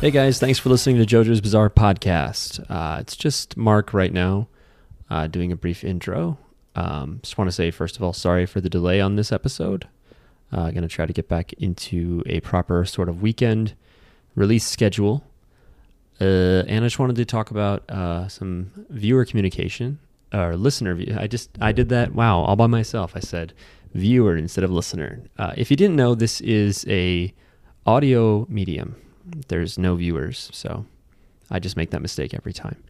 Hey guys, thanks for listening to JoJo's Bizarre Podcast. Uh, it's just Mark right now uh, doing a brief intro. Um, just want to say, first of all, sorry for the delay on this episode. Uh, going to try to get back into a proper sort of weekend release schedule. Uh, and I just wanted to talk about uh, some viewer communication or listener view. I just I did that. Wow, all by myself. I said viewer instead of listener. Uh, if you didn't know, this is a audio medium. There's no viewers, so I just make that mistake every time.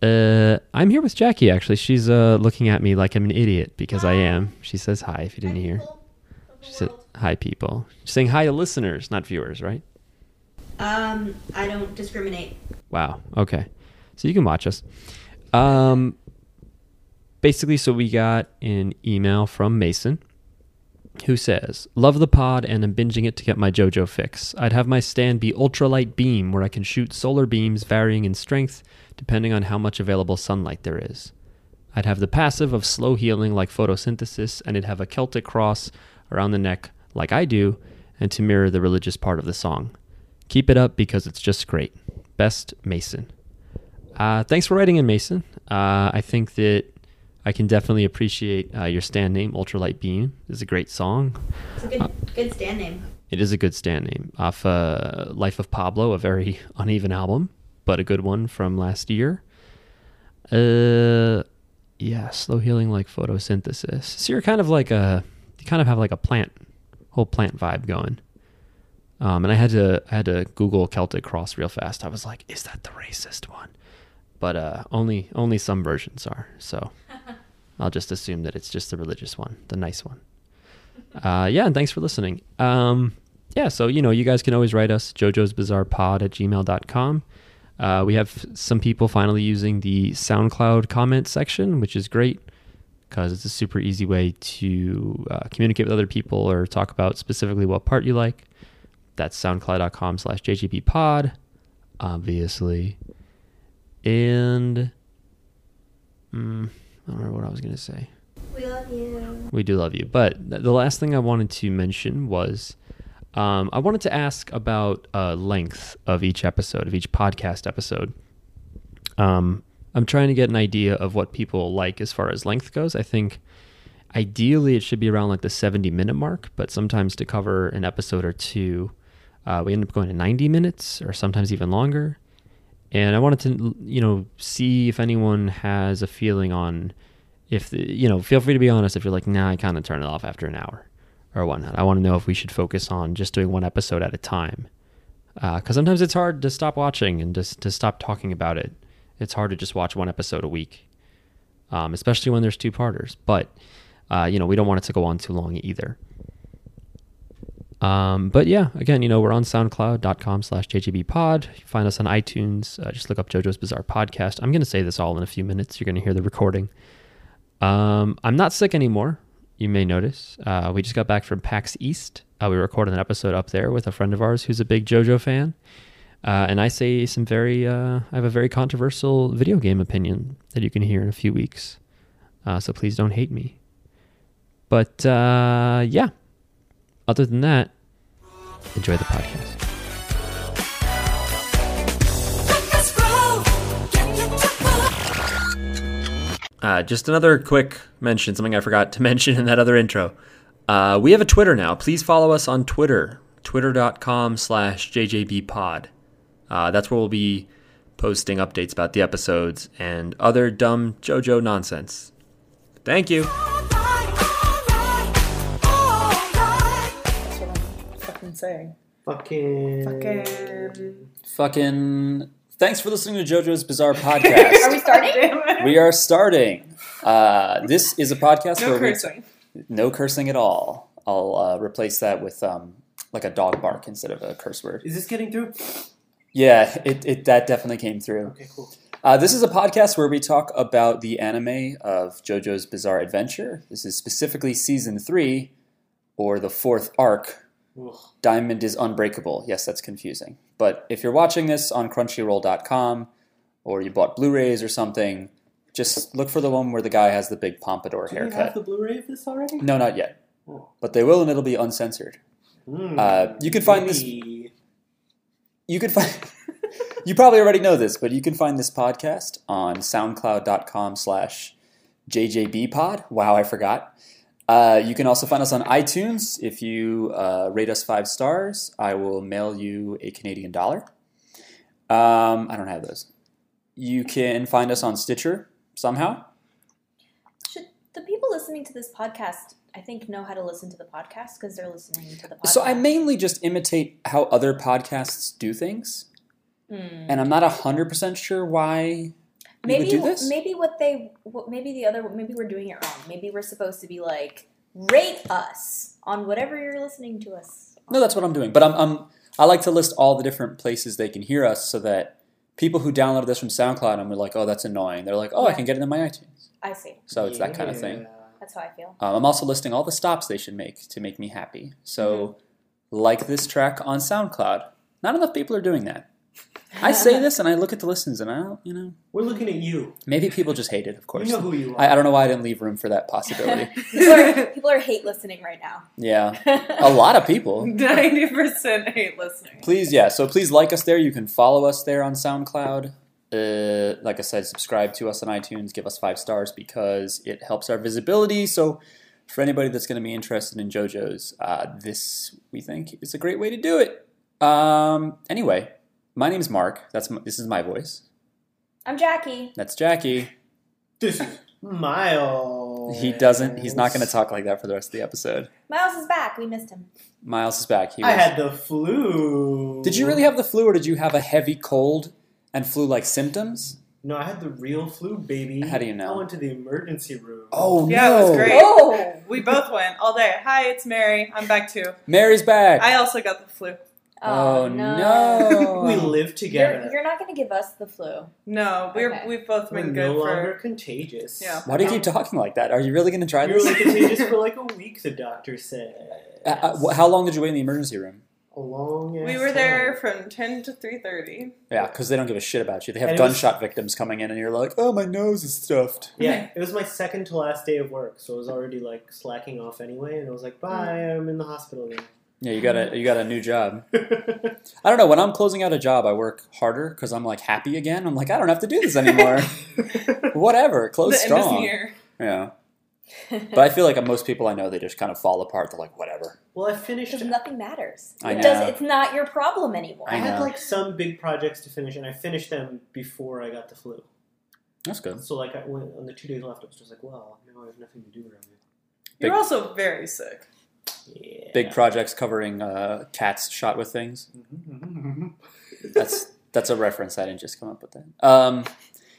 Uh, I'm here with Jackie. Actually, she's uh, looking at me like I'm an idiot because I am. She says hi. If you didn't hear, she said hi, people. She's saying hi to listeners, not viewers, right? Um, I don't discriminate. Wow. Okay. So you can watch us. Um, basically, so we got an email from Mason who says, Love the pod and am binging it to get my JoJo fix. I'd have my stand be ultralight beam where I can shoot solar beams varying in strength depending on how much available sunlight there is. I'd have the passive of slow healing like photosynthesis, and it'd have a Celtic cross around the neck like I do, and to mirror the religious part of the song. Keep it up because it's just great. Best Mason. Uh, thanks for writing in, Mason. Uh, I think that I can definitely appreciate uh, your stand name, Ultralight Beam. It's a great song. It's a good, good stand name. It is a good stand name off uh, Life of Pablo, a very uneven album, but a good one from last year. Uh, yeah, slow healing like photosynthesis. So you're kind of like a, you kind of have like a plant, whole plant vibe going. Um, and I had to, I had to Google Celtic cross real fast. I was like, is that the racist one? But uh, only, only some versions are. So I'll just assume that it's just the religious one, the nice one uh, yeah and thanks for listening um, yeah so you know you guys can always write us jojo's bizarre pod at gmail.com uh, we have some people finally using the soundcloud comment section which is great because it's a super easy way to uh, communicate with other people or talk about specifically what part you like that's soundcloud.com slash jgp pod obviously and mm, i don't remember what i was going to say We love you. we do love you. But th- the last thing I wanted to mention was um, I wanted to ask about uh, length of each episode, of each podcast episode. Um, I'm trying to get an idea of what people like as far as length goes. I think ideally it should be around like the 70 minute mark, but sometimes to cover an episode or two, uh, we end up going to 90 minutes or sometimes even longer. And I wanted to, you know, see if anyone has a feeling on if the, you know, feel free to be honest if you're like, nah, I kind of turn it off after an hour or whatnot. I want to know if we should focus on just doing one episode at a time. Because sometimes it's hard to stop watching and just to stop talking about it. It's hard to just watch one episode a week, um, especially when there's two parters. But, uh, you know, we don't want it to go on too long either. Um, but yeah, again, you know, we're on soundcloud.com slash jgbpod. You find us on iTunes. Uh, just look up JoJo's Bizarre Podcast. I'm going to say this all in a few minutes. You're going to hear the recording. Um, I'm not sick anymore. You may notice. Uh, we just got back from PAX East. Uh, we recorded an episode up there with a friend of ours who's a big JoJo fan. Uh, and I say some very, uh, I have a very controversial video game opinion that you can hear in a few weeks. Uh, so please don't hate me. But uh, yeah, other than that, enjoy the podcast. Uh, just another quick mention, something I forgot to mention in that other intro. Uh, we have a Twitter now. Please follow us on Twitter, twitter.com slash jjbpod. Uh, that's where we'll be posting updates about the episodes and other dumb JoJo nonsense. Thank you. That's what I'm fucking saying. Fucking. Fucking. Fucking thanks for listening to JoJo's Bizarre Podcast. Are we starting? we are starting. Uh, this is a podcast No where cursing. we no cursing at all. I'll uh, replace that with um, like a dog bark instead of a curse word. Is this getting through? Yeah, it, it that definitely came through. Okay, cool. Uh, this is a podcast where we talk about the anime of JoJo's Bizarre Adventure. This is specifically season three, or the fourth arc. Ugh. Diamond is unbreakable. Yes, that's confusing. But if you're watching this on Crunchyroll.com, or you bought Blu-rays or something, just look for the one where the guy has the big pompadour Do we have haircut. the Blu-ray of this already? No, not yet. Oh. But they will, and it'll be uncensored. Hmm. Uh, you can find this- Maybe. you can find you probably already know this but you can find this podcast on soundcloud.com slash jjbpod wow i forgot uh, you can also find us on itunes if you uh, rate us five stars i will mail you a canadian dollar um, i don't have those you can find us on stitcher somehow Should the people listening to this podcast, I think, know how to listen to the podcast because they're listening to the podcast. so i mainly just imitate how other podcasts do things Hmm. and i'm not 100% sure why we maybe would do this maybe what they what, maybe the other maybe we're doing it wrong. Maybe we're supposed to be like rate us on whatever you're listening to us. on. No, that's what I'm doing. But I'm, I'm I like to list all the different places they can hear us so that people who downloaded this from SoundCloud and were like, "Oh, that's annoying," they're like, "Oh, I Yeah. can get it in my iTunes." I see. So it's that kind of thing. That's how I feel. Um, I'm also listing all the stops they should make to make me happy. So Mm-hmm. like this track on SoundCloud. Not enough people are doing that. I say this and I look at the listens and I don't, you know, We're looking at you. maybe people just hate it. Of course, You know who you are. I, I don't know why I didn't leave room for that possibility. people, are, people are hate listening right now. yeah, a lot of people. Ninety percent hate listening. please yeah so please like us there you can follow us there on soundcloud uh, like i said subscribe to us on itunes give us five stars because it helps our visibility so for anybody that's going to be interested in jojo's uh, this we think is a great way to do it um, anyway my name's mark that's my, this is my voice I'm Jackie. that's jackie This is Miles. he doesn't he's not going to talk like that for the rest of the episode Miles is back. We missed him. miles is back he I was- had the flu. did you really have the flu or did you have a heavy cold and flu like symptoms No, I had the real flu, baby. How do you know? I went to the emergency room. oh Yeah, it no was great. Oh, We both went all day. Hi, it's Mary. I'm back too. mary's back I also got the flu. Oh, no. we live together. You're, you're not going to give us the flu. No, we're Okay. we've both We're been no good longer for. contagious. Yeah. Why do you keep talking like that? Are you really going to try You were this? only contagious for like a week, the doctor said. Uh, uh, wh- how long did you wait in the emergency room? A long ass We were time. there from ten to three thirty. Yeah, because they don't give a shit about you. They have And it was- gunshot victims coming in, and you're like, oh, my nose is stuffed. Yeah, it was my second to last day of work, so I was already like slacking off anyway, and I was like, Mm. "Bye, I'm in the hospital Yeah, you got a you got a new job. now." I don't know. When I'm closing out a job, I work harder because I'm like happy again. I'm like, I don't have to do this anymore. Whatever, the close end is strong. near. Yeah, but I feel like most people I know they just kind of fall apart. They're like, whatever. well, I finished. Because nothing matters. I It know. does, it's not your problem anymore. I I had know. like some big projects to finish, and I finished them before I got the flu. That's good. So like, I went on the two days left. I was just like, "Well, now I have nothing to do around here." You're Big- also very sick. Yeah. Big projects covering uh, cats shot with things. Mm-hmm, That's that's a reference. I didn't just come up with that. Um,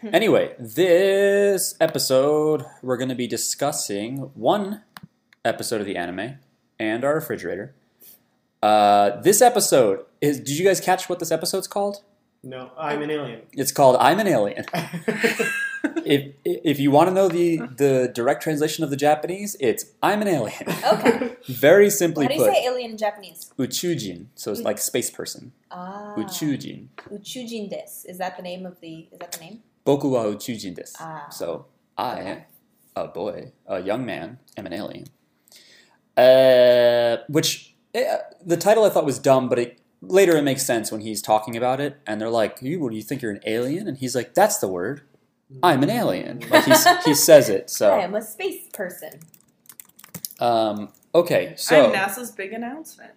Hmm. anyway, this episode we're going to be discussing one episode of the anime and our refrigerator. Uh, this episode is. Did you guys catch what this episode's called? no, I'm an alien. It's called "I'm an Alien." if if you want to know the the direct translation of the Japanese, it's "I'm an Alien." Okay. Very simply How do you put, say alien in Japanese? uchujin. So it's like space person. Ah. Uchujin. Uchujin desu. Is that the name of the? Is that the name? Boku wa uchujin desu. Ah. So I, Okay. a boy, a young man, am an alien. Uh, which eh, the title I thought was dumb, but it later it makes sense when he's talking about it, and they're like, "You, what, do you think you're an alien?" And he's like, "That's the word. I'm an alien." Mm-hmm. Like he's, he says it. I So am a space person. um, okay, so I'm NASA's big announcement.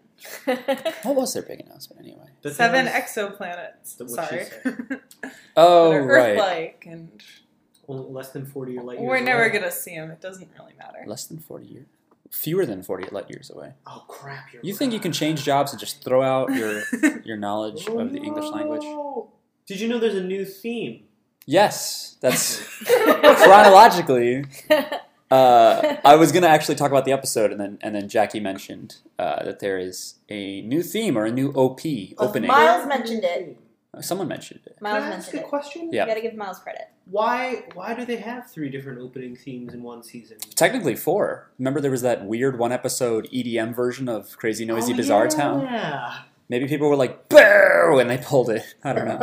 what was their big announcement anyway? The thing Seven is- exoplanets. That's what she Sorry. Oh That are right, Earth-like, and Only less than forty year light years. we're never away. gonna see them. It doesn't really matter. less than forty years, fewer than forty light years away. Oh crap! You're You think you right. can change jobs and just throw out your your knowledge of the English language? Oh, Did you know there's a new theme? Yes, that's chronologically. Uh, I was gonna actually talk about the episode, and then and then Jackie mentioned uh, that there is a new theme or a new OP opening. Uh, my- Miles mentioned it. Someone mentioned it. Can I Miles ask mentioned a it. question? Yeah. You gotta give Miles credit. Why why do they have three different opening themes in one season? Technically four. Remember, there was that weird one episode EDM version of Crazy Noisy Oh, Bizarre yeah. Town. Maybe people were like boo when they pulled it. I don't know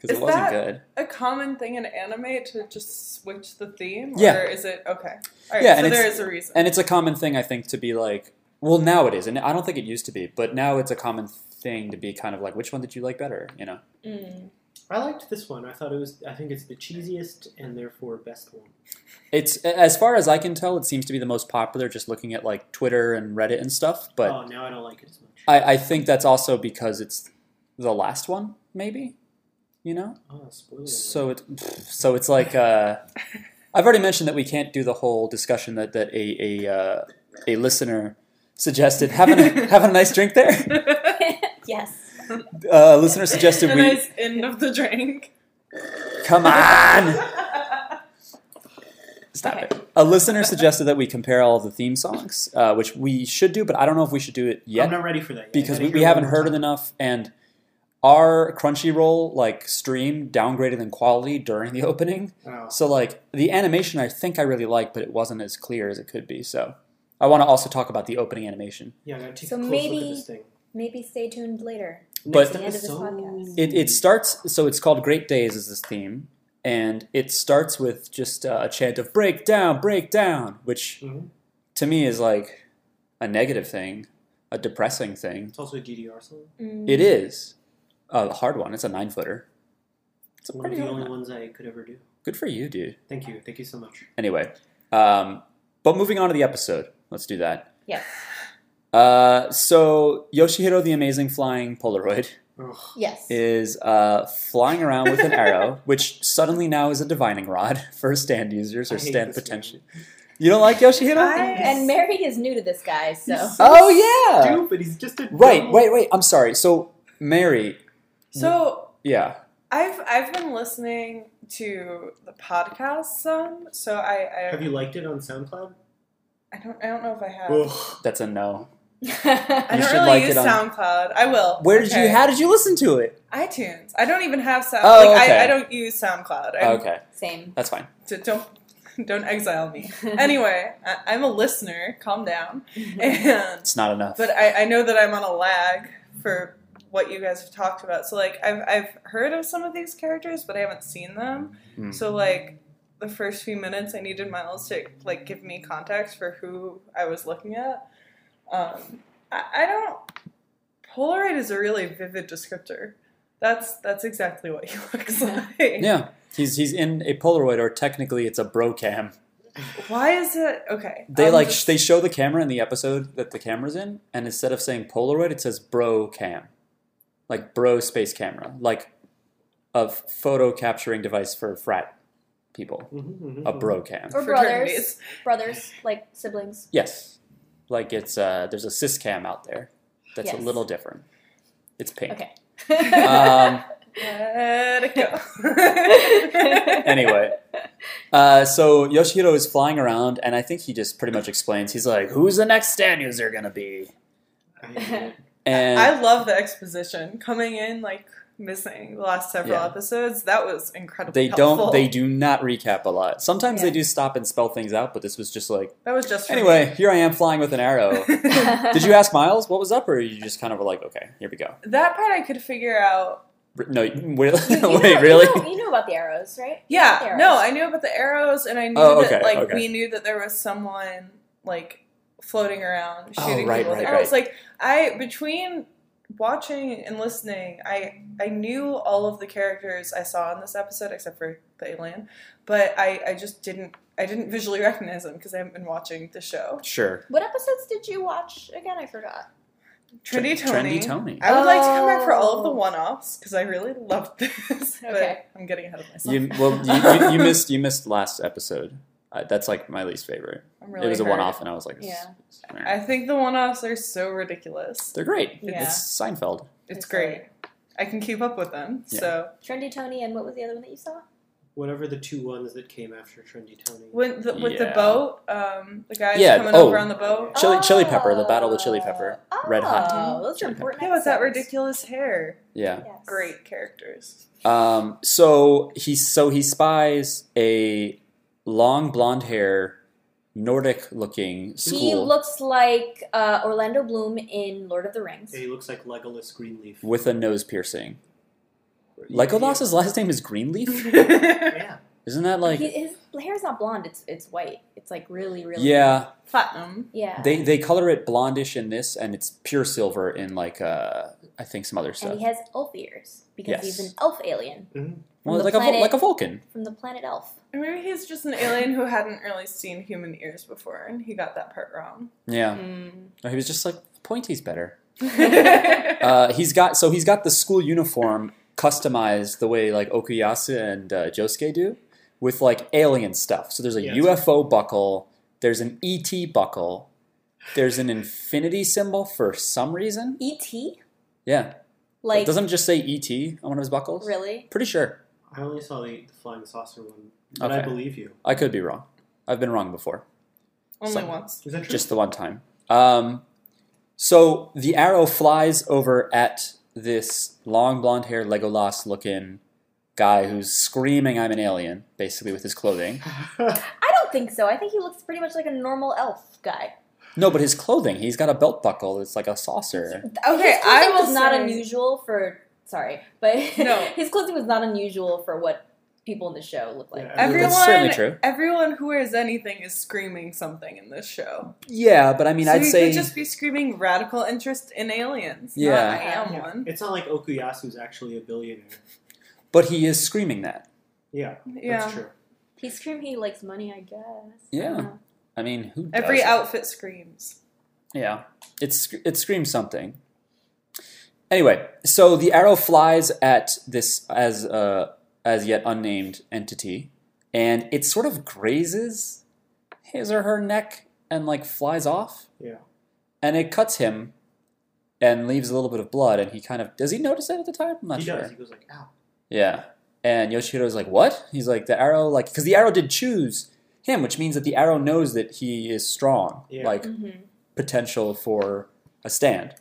because Is it wasn't that- good. A common thing in anime to just switch the theme, Yeah. or is it okay? All right, Yeah, so and there it's- is a reason. And it's a common thing, I think, to be like, well, now it is, and I don't think it used to be, but now it's a common thing to be kind of like, which one did you like better? You know, Mm. I liked this one. I thought it was. I think it's the cheesiest and therefore best one. it's as far as I can tell, it seems to be the most popular. Just looking at like Twitter and Reddit and stuff, but oh, now I don't like it as much. I, I think that's also because it's the last one, maybe. You know, oh, spoiler. alert. so it so it's like uh, I've already mentioned that we can't do the whole discussion that that a a uh, a listener suggested having a, having a nice drink there. yes. Uh, listener suggested a we nice end of the drink. come on. Stop it. A listener suggested that we compare all of the theme songs, uh, which we should do, but I don't know if we should do it yet. I'm not ready for that yet. because I we, gotta we hear haven't one heard more it time. enough and our crunchyroll like stream downgraded in quality during the opening Oh. so like the animation i think i really liked but it wasn't as clear as it could be so i want to also talk about the opening animation Yeah, I gotta take So a close look maybe- at this thing. Maybe stay tuned later. But- Next The end of this episode. podcast. it, it starts so it's called great days is this theme and it starts with just uh, a chant of break down break down which Mhm. to me is like a negative thing a depressing thing It's also a DDR song. Mm, it is a hard one it's a nine footer it's a One of pretty the hard only one. ones I could ever do. Good for you, dude. Thank you. Thank you so much. Anyway, um, but moving on to the episode, let's do that. Yes. Uh, so Yoshihiro the Amazing Flying Polaroid Ugh. Yes. is uh, flying around with an arrow, which suddenly now is a divining rod for stand users or I hate stand this man. potential. You don't like Yoshihiro? and Mary is new to this guy, so He's so oh yeah, Stupid. He's just a right. dumb- Wait, wait. I'm sorry. So Mary, So yeah, I've I've been listening to the podcast some, so I I, Have you liked it on SoundCloud? I don't I don't know if I have. Ugh. that's a no. I You don't should really like use it on- SoundCloud. I will. Where did Okay. you? How did you listen to it? iTunes? I don't even have Sound. Oh, like, okay. I, I don't use SoundCloud. I, Okay, Same. that's fine. d- don't don't exile me. Anyway, I, I'm a listener. Calm down. And It's not enough. but I, I know that I'm on a lag for what you guys have talked about. So like I've I've heard of some of these characters, but I haven't seen them. Hmm. So like the first few minutes, I needed Miles to like give me context for who I was looking at. Um, I, I don't. Polaroid is a really vivid descriptor. That's that's exactly what he looks like. yeah, he's he's in a Polaroid, or technically, it's a bro cam. Why is it okay? They I'm like just- they show the camera in the episode that the camera's in, and instead of saying Polaroid, it says Bro Cam, like Bro Space Camera, like a f- photo capturing device for frat people, Mhm, mhm, a mhm. Bro Cam. Or brothers. Fraternities. Brothers, like siblings. Yes, like it's uh, there's a cis cam out there that's a Yes. little different. It's pink. Okay. Um, Let it go. anyway, uh, so Yoshihiro is flying around, and I think he just pretty much explains. He's like, "Who's the next stand user gonna be?" I hate it. And I love the exposition coming in like missing the last several Yeah. episodes. That was incredible. They don't. They do not recap a lot. Sometimes they Yeah. do stop and spell things out, but this was just like. That was just for Anyway, here I am flying with an arrow. me. Did you ask Miles what was up, or you just kind of were like, okay, here we go? that part I could figure out. R- No, you- wait, You- you wait, know- really? You know, you know about the arrows, right? The Yeah, arrows. no, I knew about the arrows, and I knew Oh, that okay, like okay. we knew that there was someone like floating around Oh, shooting right, people with right, arrows. Like I between watching and listening, I I knew all of the characters I saw in this episode except for the alien, but I I just didn't I didn't visually recognize them because I haven't been watching the show. Sure. What episodes did you watch again? I forgot. Trendy Tr- Tony. Trendy Tony. I would like to come back for all of the Oh. one-offs because I really loved this, but Okay. I'm getting ahead of myself. You, well, you, you, you missed you missed last episode. Uh, that's like my least favorite. I'm really it was a hurt. one-off, and I was like, Yeah. "This- this- I think the one-offs are so ridiculous. they're great. Yeah. It's Seinfeld. It's I saw great. it. I can keep up with them. Yeah. So Trendy Tony and what was the other one that you saw? Whatever the two ones that came after Trendy Tony. when the, with Yeah. the boat, um, the guys Yeah, coming oh. over on the boat. Chili- chili pepper, the battle with chili pepper. Oh, Red hot. Oh, those are Chili important. Yeah, with that episodes. ridiculous hair. Yeah. Yes. Great characters. Um, so he so he spies a long blonde hair, Nordic-looking school. He looks like uh, Orlando Bloom in Lord of the Rings. he looks like Legolas Greenleaf. with a nose piercing. Legolas's last name is Greenleaf. Yeah. Isn't that like? he, his hair's not blonde; it's it's white. It's like really, really Yeah, Platinum. yeah. they they color it blondish in this, and it's pure silver in like uh, I think some other And stuff. he has elf ears because he's Yes. an elf alien Well, the like a vul- planet- like a Vulcan. from the planet Elf. Or maybe he's just an alien who hadn't really seen human ears before, and he got that part wrong. Yeah. Mm. No, he was just like pointy's better. yeah, Uh, he's got so he's got the school uniform customized the way like Okuyasu and uh, Josuke do with like alien stuff. So there's a Yeah. UFO buckle, there's an ET buckle, there's an infinity symbol for some reason. E.T. Yeah, E Like doesn't it just say ET on one of his buckles. really? Pretty sure. I only saw the, the flying saucer one, but I Okay. believe you. I could be wrong. I've been wrong before. only Some- once. Is that true? just the one time. Um, so the arrow flies over at this long blonde haired Legolas looking guy who's screaming, I'm an alien, basically with his clothing. I don't think so. I think he looks pretty much like a normal elf guy. No, but his clothing, he's got a belt buckle that's like a saucer. Okay, his I clothing will was not say- unusual for. Sorry, but No. his clothing was not unusual for what people in the show look like. Yeah. Everyone, That's certainly true. everyone who wears anything is screaming something in this show. Yeah, but I mean, so I'd you say. could just be screaming radical interest in aliens. not, Yeah. I am Yeah. one. It's not like Okuyasu's actually a billionaire. But he is screaming that. Yeah, Yeah, that's true. He screamed he likes money, I guess. Yeah. I don't know. I mean, who every doesn't? outfit screams. Yeah, it's it screams something. Anyway, so the arrow flies at this as uh, as yet unnamed entity, and it sort of grazes his or her neck and like flies off, Yeah. and it cuts him, and leaves a little bit of blood. And he kind of does he notice it at the time? I'm not he sure. does. He goes like, ow. Yeah. And Yoshihiro's like, what? He's like, the arrow, like, because the arrow did choose him, which means that the arrow knows that he is strong, Yeah. like, potential for a stand.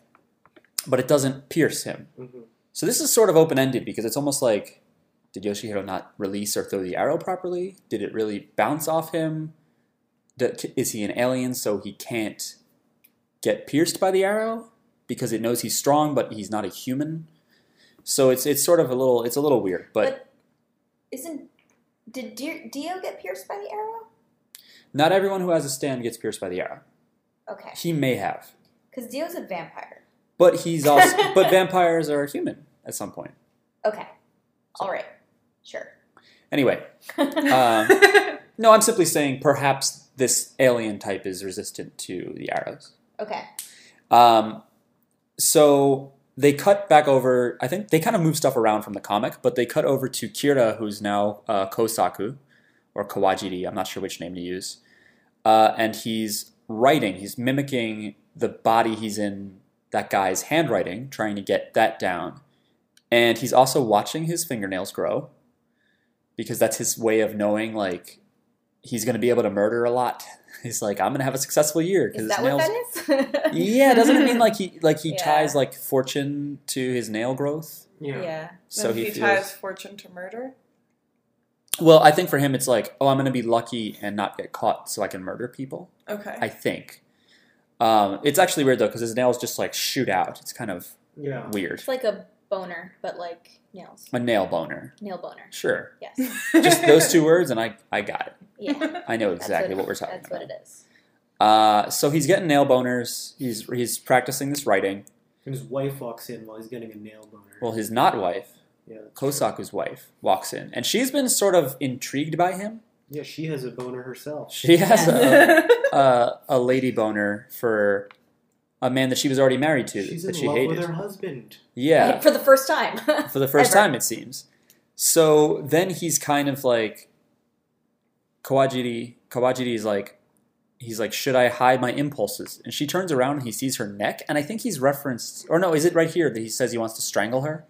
But it doesn't pierce him. hmm So this is sort of open ended because it's almost like, did Yoshihiro not release or throw the arrow properly? Did it really bounce off him? D- Is he an alien so he can't get pierced by the arrow because it knows he's strong but he's not a human? So it's it's sort of a little it's a little weird, but But isn't did Dio, Dio get pierced by the arrow? Not everyone who has a stand gets pierced by the arrow. Okay, He may have, because Dio's a vampire. but he's also but vampires are human at some point. Okay, all right, sure. Anyway, um, no, I'm simply saying perhaps this alien type is resistant to the arrows. Okay, Um, so they cut back over. I think they kind of move stuff around from the comic, but they cut over to Kira, who's now uh, Kosaku or Kawajiri. I'm not sure which name to use. Uh, and he's writing. He's mimicking the body he's in. That guy's handwriting, trying to get that down. And he's also watching his fingernails grow because that's his way of knowing, like, he's going to be able to murder a lot. He's like, I'm going to have a successful year because is his that nails what that is? yeah, doesn't it mean like he like he Yeah. ties like fortune to his nail growth? Yeah. So Then he, he feels ties fortune to murder. Well, I think for him it's like, oh, I'm going to be lucky and not get caught so I can murder people. Okay. I think. Um, it's actually weird though cuz his nails just like shoot out. It's kind of Yeah. weird. It's like a boner, but like nails, A nail boner. nail boner. Sure. Yes, Just those two words and I I got it. yeah. that's I know exactly it- what, we're talking That's about. what it is. Uh, so he's getting nail boners. He's he's practicing this writing. And his wife walks in while he's getting a nail boner. Well, his not wife, yeah. that's true. Kosaku's wife, walks in and she's been sort of intrigued by him. Yeah, she has a boner herself. She has a, Yes. a, a lady boner for a man that she was already married to She's that in she love hated. with her husband. Yeah, For the first time. for the first Ever. time it seems. So then he's kind of like Kawajiri. Kawajiri is like, he's like, should I hide my impulses? And she turns around and he sees her neck, and I think he's referenced, or no, is it right here that he says he wants to strangle her?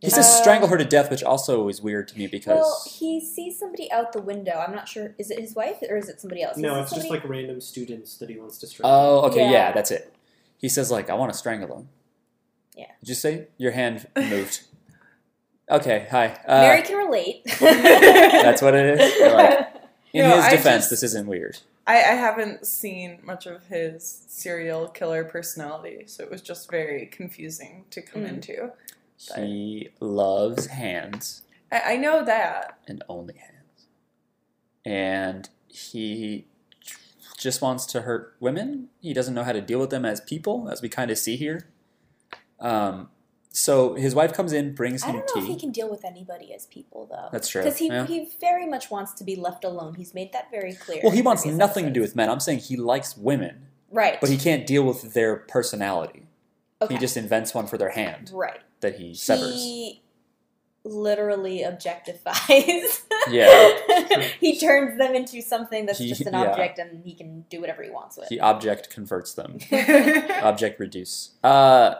He says Uh, strangle her to death, which also is weird to me because Well, he sees somebody out the window. I'm not sure. Is it his wife or is it somebody else? No, Is it it's just somebody- like random students that he wants to strangle. Oh, okay, yeah. Yeah. that's it. He says like, "I want to strangle him." Yeah. Did you say your hand moved? okay, hi. Uh, Mary can relate. That's what it is. You're like, in No, his I defense, just- this isn't weird. I, I haven't seen much of his serial killer personality, so it was just very confusing to come Mm. into. He loves hands I, I know that. and only hands, and he just wants to hurt women. He doesn't know how to deal with them as people, as we kind of see here. Um, so his wife comes in, brings I him don't know if tea. he can deal with anybody as people, though. That's true. Because he, yeah. he very much wants to be left alone. He's made that very clear. well, he in wants previous nothing to do episodes. with men. I'm saying he likes women, Right. but he can't deal with their personality. okay. He just invents one for their hand right. that he severs. He literally objectifies. Yeah. he turns them into something that's He- just an yeah. object, and he can do whatever he wants with. He object converts them. yeah. object reduce. Uh,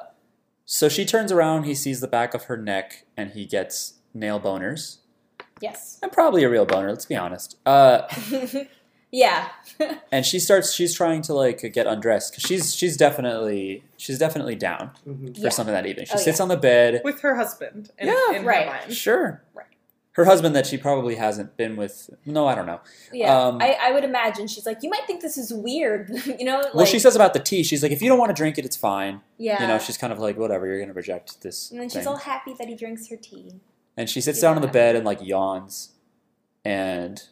so she turns around, he sees the back of her neck, and he gets nail boners. yes. And probably a real boner, let's be honest. Uh, yeah. and she starts, she's trying to like get undressed because she's she's definitely she's definitely down hmm for Yeah. something that evening. She Oh, sits yeah. on the bed. With her husband. In, Yeah, in right. Her mind. Sure. Right. Her husband that she probably hasn't been with. No, I don't know. Yeah. Um, I, I would imagine she's like, you might think this is weird, you know? Like, well, she says about the tea. She's like, if you don't want to drink it, it's fine. yeah. You know, she's kind of like, whatever. You're gonna reject this. and then thing. she's all happy that he drinks her tea. And she sits Yeah. down on the bed and like yawns. And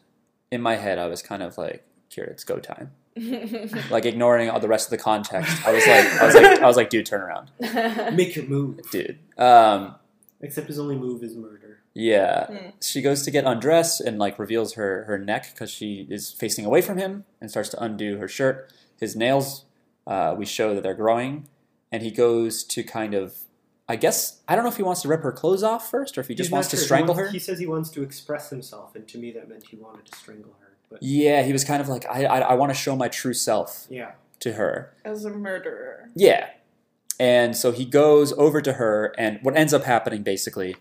in my head, I was kind of like, "Here, it's go time." Like ignoring all the rest of the context, I was like, I was like, I was like, "Dude, turn around, Make your move. dude." Um, Except his only move is murder. yeah, Hmm. she goes to get undressed and like reveals her her neck because she is facing away from him and starts to undo her shirt. His nails, uh, we show that they're growing, and he goes to kind of, I guess, I don't know if he wants to rip her clothes off first or if he just He's wants not to sure. He strangle wants- her. He says he wants to express himself, and to me that meant he wanted to strangle her. But Yeah, he was kind of like, I, I, I want to show my true self yeah, to her. As a murderer. Yeah. And so he goes over to her, and what ends up happening basically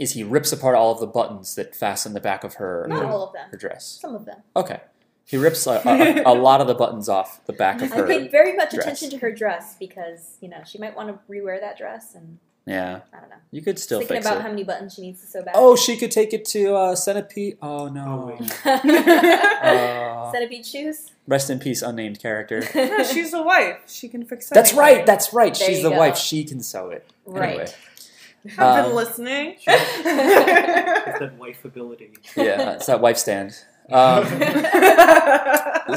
is he rips apart all of the buttons that fasten the back of her, Not her, all of them. her dress. Some of them. Okay. He rips a, a, a lot of the buttons off the back of I her. paid very much dress. attention to her dress because, you know, she might want to rewear that dress and Yeah. I don't know. You could still Thinking fix about it. how many buttons she needs to sew back. Oh, she could take it to uh, Centipede. Oh, no. Oh, wait. Uh, Centipede shoes. rest in peace, unnamed character. No, she's a wife. She can fix That's right. anything. That's right. There She's you the go. wife. She can sew it. right. Anyway. Um, I've been listening. it's that wife ability. yeah, it's that wife stand. Um,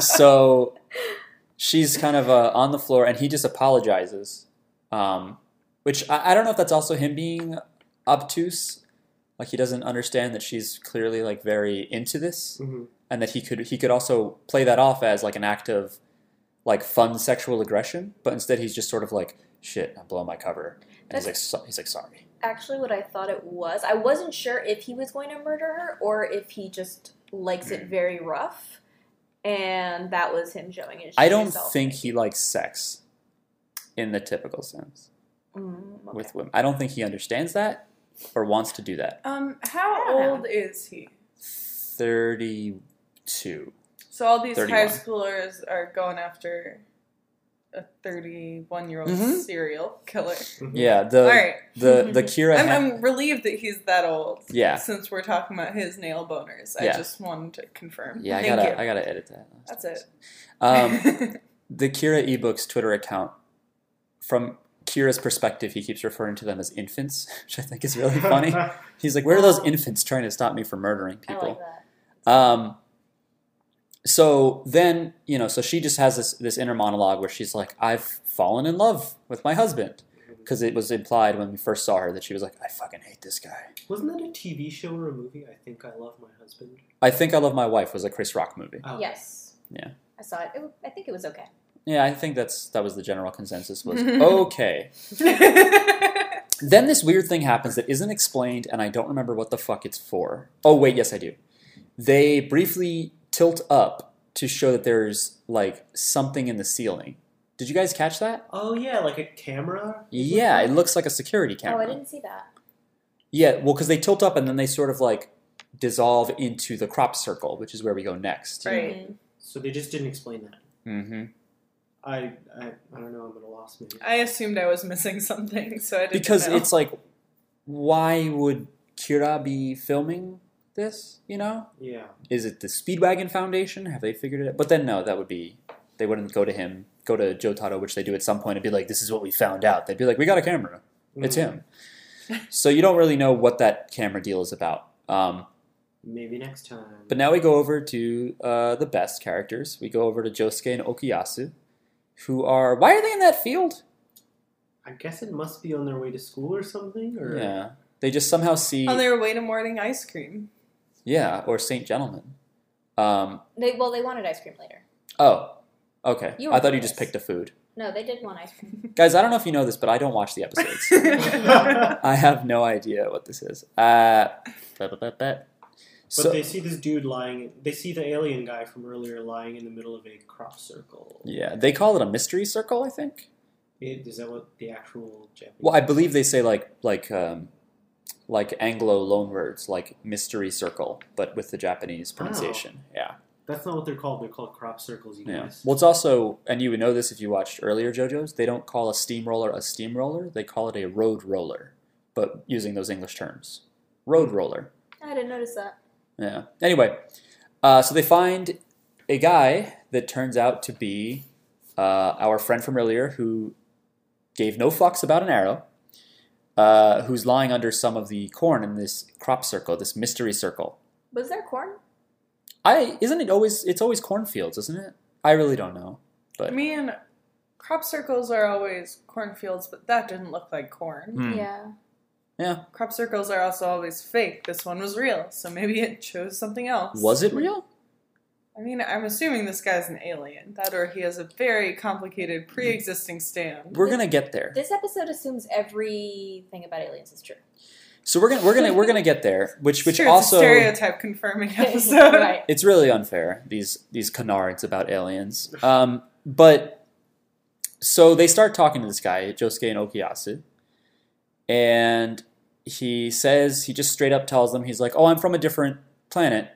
so she's kind of uh, on the floor, and he just apologizes, um, which I, I don't know if that's also him being obtuse, like he doesn't understand that she's clearly like very into this, Mhm. and that he could he could also play that off as like an act of like fun sexual aggression, but instead he's just sort of like shit, I blow my cover, and he's like so, he's like sorry. Actually, what I thought it was, I wasn't sure if he was going to murder her or if he just likes it very rough, and that was him showing his. I don't himself. think he likes sex in the typical sense. Mm, okay. with women. I don't think he understands that or wants to do that. um, I how don't know. old is he? 32. So all these 31. high schoolers are going after a 31 year old Mhm. serial killer. Mhm. Yeah, the All right. the the Kira I'm, Han- I'm relieved that he's that old. Yeah. Since we're talking about his nail boners, I Yeah. just wanted to confirm. Yeah, I Thank got you. to I got to edit that. That's it. Um the Kira ebooks Twitter account from Kira's perspective, he keeps referring to them as infants, which I think is really funny. He's like, "Where are those infants trying to stop me from murdering I people?" like that. Um, so then, you know, so she just has this this inner monologue where she's like, "I've fallen in love with my husband," because it was implied when we first saw her that she was like, "I fucking hate this guy." Wasn't that a TV show or a movie? I think I love my husband. I think I love my wife was a Chris Rock movie. Oh. Yes. Yeah. I saw it. it wa- I think it was okay. Yeah, I think that's that was the general consensus was okay. Then this weird thing happens that isn't explained, and I don't remember what the fuck it's for. Oh wait, yes I do. They briefly tilt up to show that there's like something in the ceiling. Did you guys catch that? Oh yeah, like a camera. Yeah, it looks like a security Oh, camera. I didn't see that. Yeah, well, because they tilt up and then they sort of like dissolve into the crop circle, which is where we go next. Right. Mhm. So they just didn't explain that. Mm-hmm. I I, I don't know. I'm at a loss. Maybe. I assumed I was missing something, so I didn't Because know. it's like, why would Kira be filming this? You know, Yeah. is it the Speedwagon Foundation? Have they figured it? out? But then no, that would be they wouldn't go to him, go to Joe Tato, which they do at some point, and be like, "This is what we found out." They'd be like, "We got a camera." It's Mm, him. So you don't really know what that camera deal is about. Um, Maybe next time. But now we go over to uh, the best characters. We go over to Josuke and Okuyasu, who are. Why are they in that field? I guess it must be on their way to school or something. Or Yeah. They just somehow see. On their way to morning ice cream. yeah, or Saint Gentleman. Um, They well, they wanted ice cream later. oh, okay. You I were thought you close. just picked a food. No, they did want ice cream. Guys, I don't know if you know this, but I don't watch the episodes. yeah. I have no idea what this is. Uh, ba- ba- ba- ba. But So, they see this dude lying. They see the alien guy from earlier lying in the middle of a crop circle. yeah, they call it a mystery circle, I think. It, is that what the actual Japanese? Well, I believe they say like like um, like Anglo loanwords, like mystery circle, but with the Japanese pronunciation. Yeah, That's not what they're called. They're called crop circles. You yeah. guys. Well, it's also, and you would know this if you watched earlier JoJo's. They don't call a steamroller a steamroller; they call it a road roller, but using those English terms, Hmm. road roller. I didn't notice that. Yeah. Anyway, uh, so they find a guy that turns out to be uh, our friend from earlier who gave no fucks about an arrow, uh, who's lying under some of the corn in this crop circle, this mystery circle. Was there corn? I isn't it always it's always cornfields, isn't it? I really don't know. I mean, crop circles are always cornfields, but that didn't look like corn. Hmm. Yeah. Yeah. Crop circles are also always fake. This one was real, so maybe it chose something else. Was it real? I mean, I'm assuming this guy's an alien. That or he has a very complicated pre existing stand. We're gonna get there. This episode assumes everything about aliens is true. So we're gonna we're gonna we're gonna get there. Which which Sure, it's a also stereotype confirming episode. right. It's really unfair these these canards about aliens. Um, but so they start talking to this guy Josuke and Okuyasu, and he says he just straight up tells them he's like, "Oh, I'm from a different planet.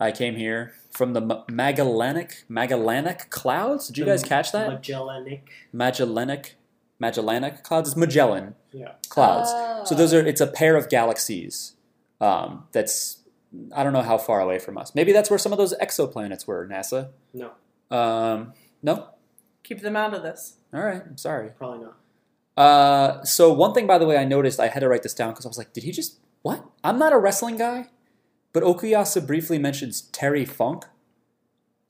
I came here from the Ma- Magellanic Magellanic clouds. Did you The guys catch that? Magellanic. Magellanic Magellanic clouds. It's Magellan Yeah. clouds. Oh. So those are it's a pair of galaxies. Um, that's I don't know how far away from us. Maybe that's where some of those exoplanets were. NASA. No, Um, no. Keep them out of this. All right. I'm sorry. probably not. Uh, so one thing, by the way, I noticed I had to write this down because I was like, did he just what? I'm not a wrestling guy, but Okuyasu briefly mentions Terry Funk,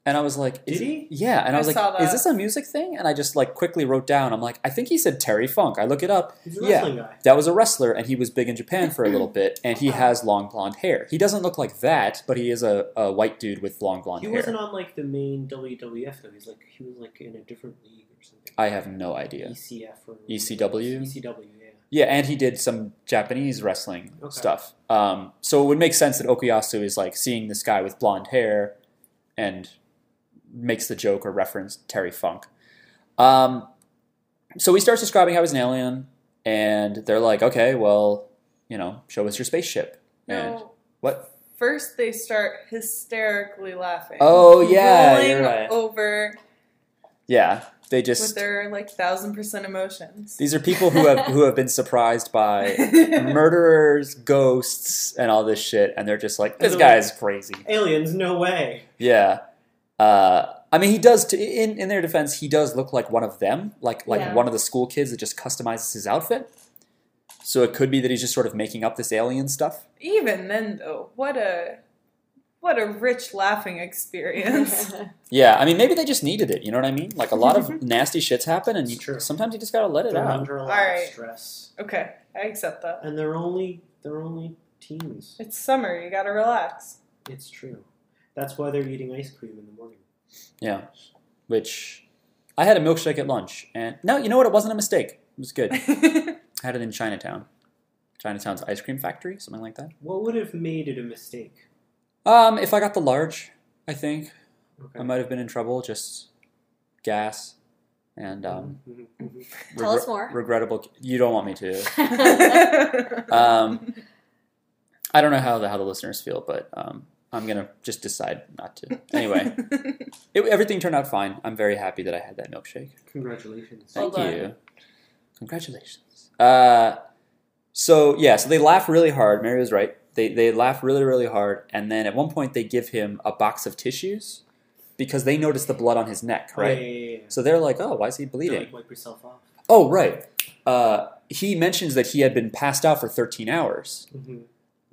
and I was like, is Did it- he? Yeah, and I I was saw like, that. is this a music thing? And I just like quickly wrote down. I'm like, I think he said Terry Funk. I look it up. He's a Yeah. wrestling guy. that was a wrestler and he was big in Japan for a little bit and Uh-huh. he has long blonde hair. He doesn't look like that, but he is a, a white dude with long blonde He hair. wasn't on like the main WWF though. He's like he was like in a different league or something. I E have no idea. ECF or ECW? ECW. Yeah. Yeah, and he did some Japanese wrestling Okay. stuff. Um, so it would make sense that Okuyasu is like seeing this guy with blonde hair and makes the joke or reference Terry Funk. Um, so he starts describing how he's an alien and they're like, okay, well, you know, show us your spaceship. And No. what? First, they start hysterically laughing. Oh, yeah, Rolling you're right. over Yeah, they just with their like thousand percent emotions. These are people who have who have been surprised by murderers, ghosts, and all this shit, and they're just like, this guy is crazy. Aliens? No way. Yeah. Uh, I mean, he does. T- in in their defense, he does look like one of them, like like Yeah. one of the school kids that just customizes his outfit. So it could be that he's just sort of making up this alien stuff. Even then, though, what a what a rich laughing experience. Oh. Yeah, I mean, maybe they just needed it. You know what I mean? Like a lot of nasty shits happen, and It's you, true. sometimes you just gotta let it They're out. under a lot Alright. of stress, okay, I accept that. and they're only they're only teens. It's summer. You gotta relax. It's true. That's why they're eating ice cream in the morning. Yeah, which I had a milkshake at lunch, and no, you know what? It wasn't a mistake. It was good. I had it in Chinatown. Chinatown's ice cream factory, something like that. What would have made it a mistake? Um, if I got the large, I think Okay. I might have been in trouble. Just gas and um, Mhm, mhm. Mm. Tell us more. Regrettable. You don't want me to. uh, Um, I don't know how the how the listeners feel, but um, I'm gonna just decide not to. Anyway, it, everything turned out fine. I'm very happy that I had that milkshake. Congratulations. Thank Well done. you. Congratulations. Uh, so yeah, so they laugh really hard. Mary was right. They they laugh really really hard, and then at one point they give him a box of tissues because they notice the blood on his neck, Yeah, right? yeah, yeah, yeah. So they're like, "Oh, why is he They're bleeding?" like, wipe yourself off. oh, right. Uh, he mentions that he had been passed out for 13 hours. Mhm.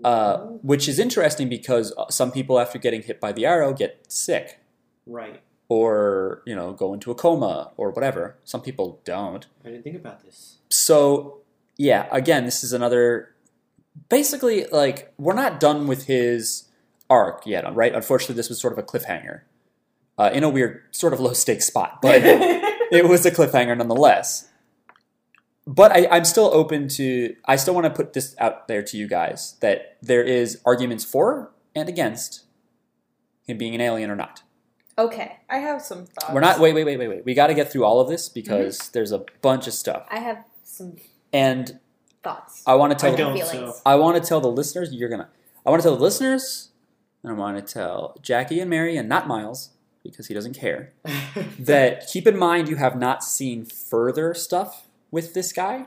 Uh, which is interesting because uh, some people, after getting hit by the arrow, get sick. right. or you know go into a coma or whatever. Some people don't. I didn't think about this. So yeah, again, this is another. Basically, like we're not done with his arc yet, right? Unfortunately, this was sort of a cliffhanger, uh, in a weird sort of low stakes spot, but it was a cliffhanger nonetheless. But I, I'm still open to. I still want to put this out there to you guys that there is arguments for and against him being an alien or not. Okay, I have some thoughts. We're not. Wait, wait, wait, wait, wait. We got to get through all of this because there's a bunch of stuff, I have some and thoughts. I want to tell. I don't, feelings. so. I want to tell the listeners. You're gonna. I want to tell the listeners, and I want to tell Jackie and Mary, and not Miles because he doesn't care. that keep in mind you have not seen further stuff with this guy.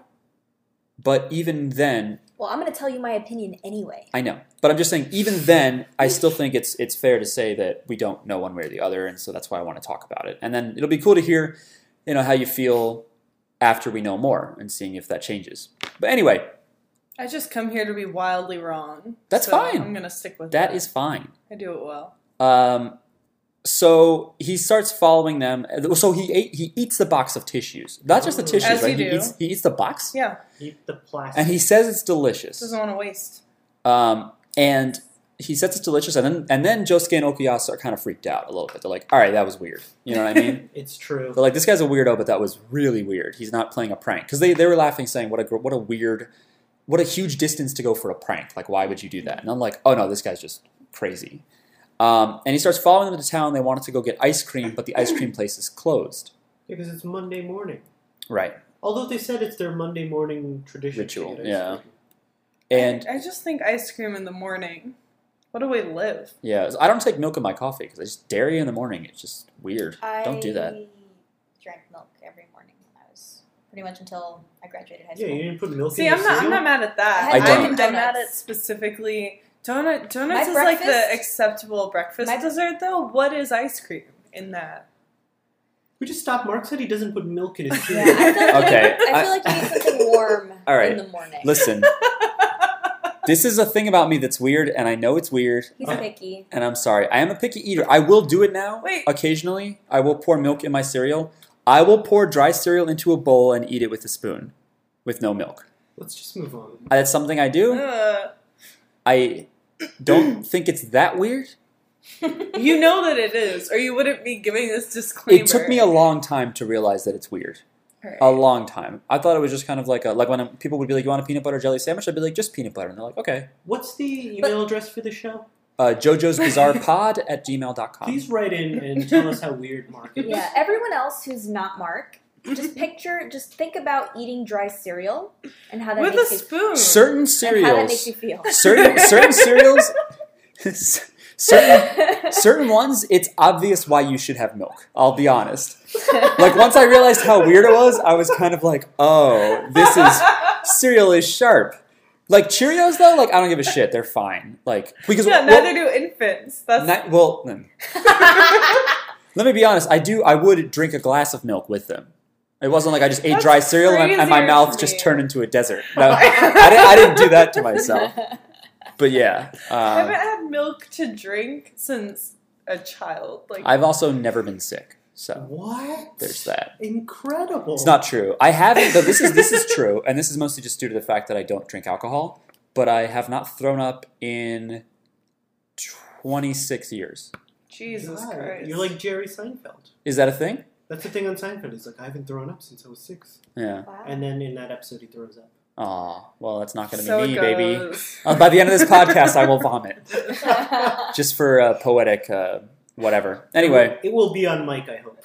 But even then, Well, I'm going to tell you my opinion anyway. I know. But I'm just saying, even then, I still think it's it's fair to say that we don't know one way or the other, and so that's why I want to talk about it. And then it'll be cool to hear, you know, how you feel after we know more and seeing if that changes. But anyway, I just come here to be wildly wrong. That's so fine. I'm gonna stick with that is fine. I do it well. Um, so he starts following them. So he ate, he eats the box of tissues, not just the tissues, As right? you He do. eats he eats the box, Yeah, Eat the plastic. and he says it's delicious. doesn't want to waste. Um, and he says it's delicious, and then and then Josuke and Okuyasu are kind of freaked out a little bit. They're like, "All right, that was weird." You know what I mean? it's true. They're like, "This guy's a weirdo, but that was really weird. He's not playing a prank." Because they, they were laughing, saying, "What a gr- what a weird, what a huge distance to go for a prank. Like, why would you do that?" And I'm like, "Oh no, this guy's just crazy." Um, and he starts following them to town. They wanted to go get ice cream, but the ice cream place is closed. Because it's Monday morning. Right. Although they said it's their Monday morning tradition. to Ritual, get ice yeah. cream. And I, I just think ice cream in the morning. What a way to live. yeah, I don't take milk in my coffee because I just dairy in the morning. It's just weird. I Don't do that. drank milk every morning when I was pretty much until I graduated high Yeah, school. you didn't put milk See, in I'm your not. I'm cereal? not mad at that. I I don't. am don't. mad at specifically donut. Donuts My is like the breakfast- acceptable breakfast My- dessert, though. What is ice cream in that? We just stopped. Mark said he doesn't put milk in his Yeah, cereal. I feel like, Okay, I feel I- like you need something warm All right, in the morning. Listen, this is a thing about me that's weird, and I know it's weird, He's Okay. picky. and I'm sorry. I am a picky eater. I will do it now. Wait. Occasionally, I will pour milk in my cereal. I will pour dry cereal into a bowl and eat it with a spoon, with no milk. Uh, Let's just move on. That's something I do. Ugh. I don't think it's that weird. you know that it is, or you wouldn't be giving this disclaimer. It took me a long time to realize that it's weird. Alright. A long time. I thought it was just kind of like a like when people would be like, "You want a peanut butter jelly sandwich?" I'd be like, "Just peanut butter," and they're like, "Okay." What's the email address for the show? Uh, Jojo's Bizarre Pod at gmail.com. Please write in and tell us how weird Mark is. Yeah, everyone else who's not Mark, just picture, just think about eating dry cereal and how that with a makes you spoon. Certain and cereals. how that makes you feel. certain certain cereals certain certain ones it's obvious why you should have milk i'll be honest like once i realized how weird it was i was kind of like oh this is cereal is sharp like cheerios though like i don't give a shit they're fine like because yeah, well, neither do infants. That's ni- well, hmm. let me be honest i do i would drink a glass of milk with them it wasn't like i just ate That's dry cereal and, and my crazier mouth to just me. turned into a desert no, I, didn't, I didn't do that to myself but yeah I haven't um, had milk to drink since a child. Like I've also never been sick, so What? there's that. Incredible. It's not true. I haven't. Though this is this is true, and this is mostly just due to the fact that I don't drink alcohol. But I have not thrown up in 26 years. Jesus God, Christ. You're like Jerry Seinfeld. Is that a thing? That's the thing on Seinfeld. He's like, I haven't thrown up since I was six. Yeah. Ah. And then in that episode, he throws up. Aw, well, that's not going to so be me, it baby. goes. Uh, by the end of this podcast, I will vomit Wow. just for uh, poetic uh, whatever. Anyway, It will be on mic, I hope.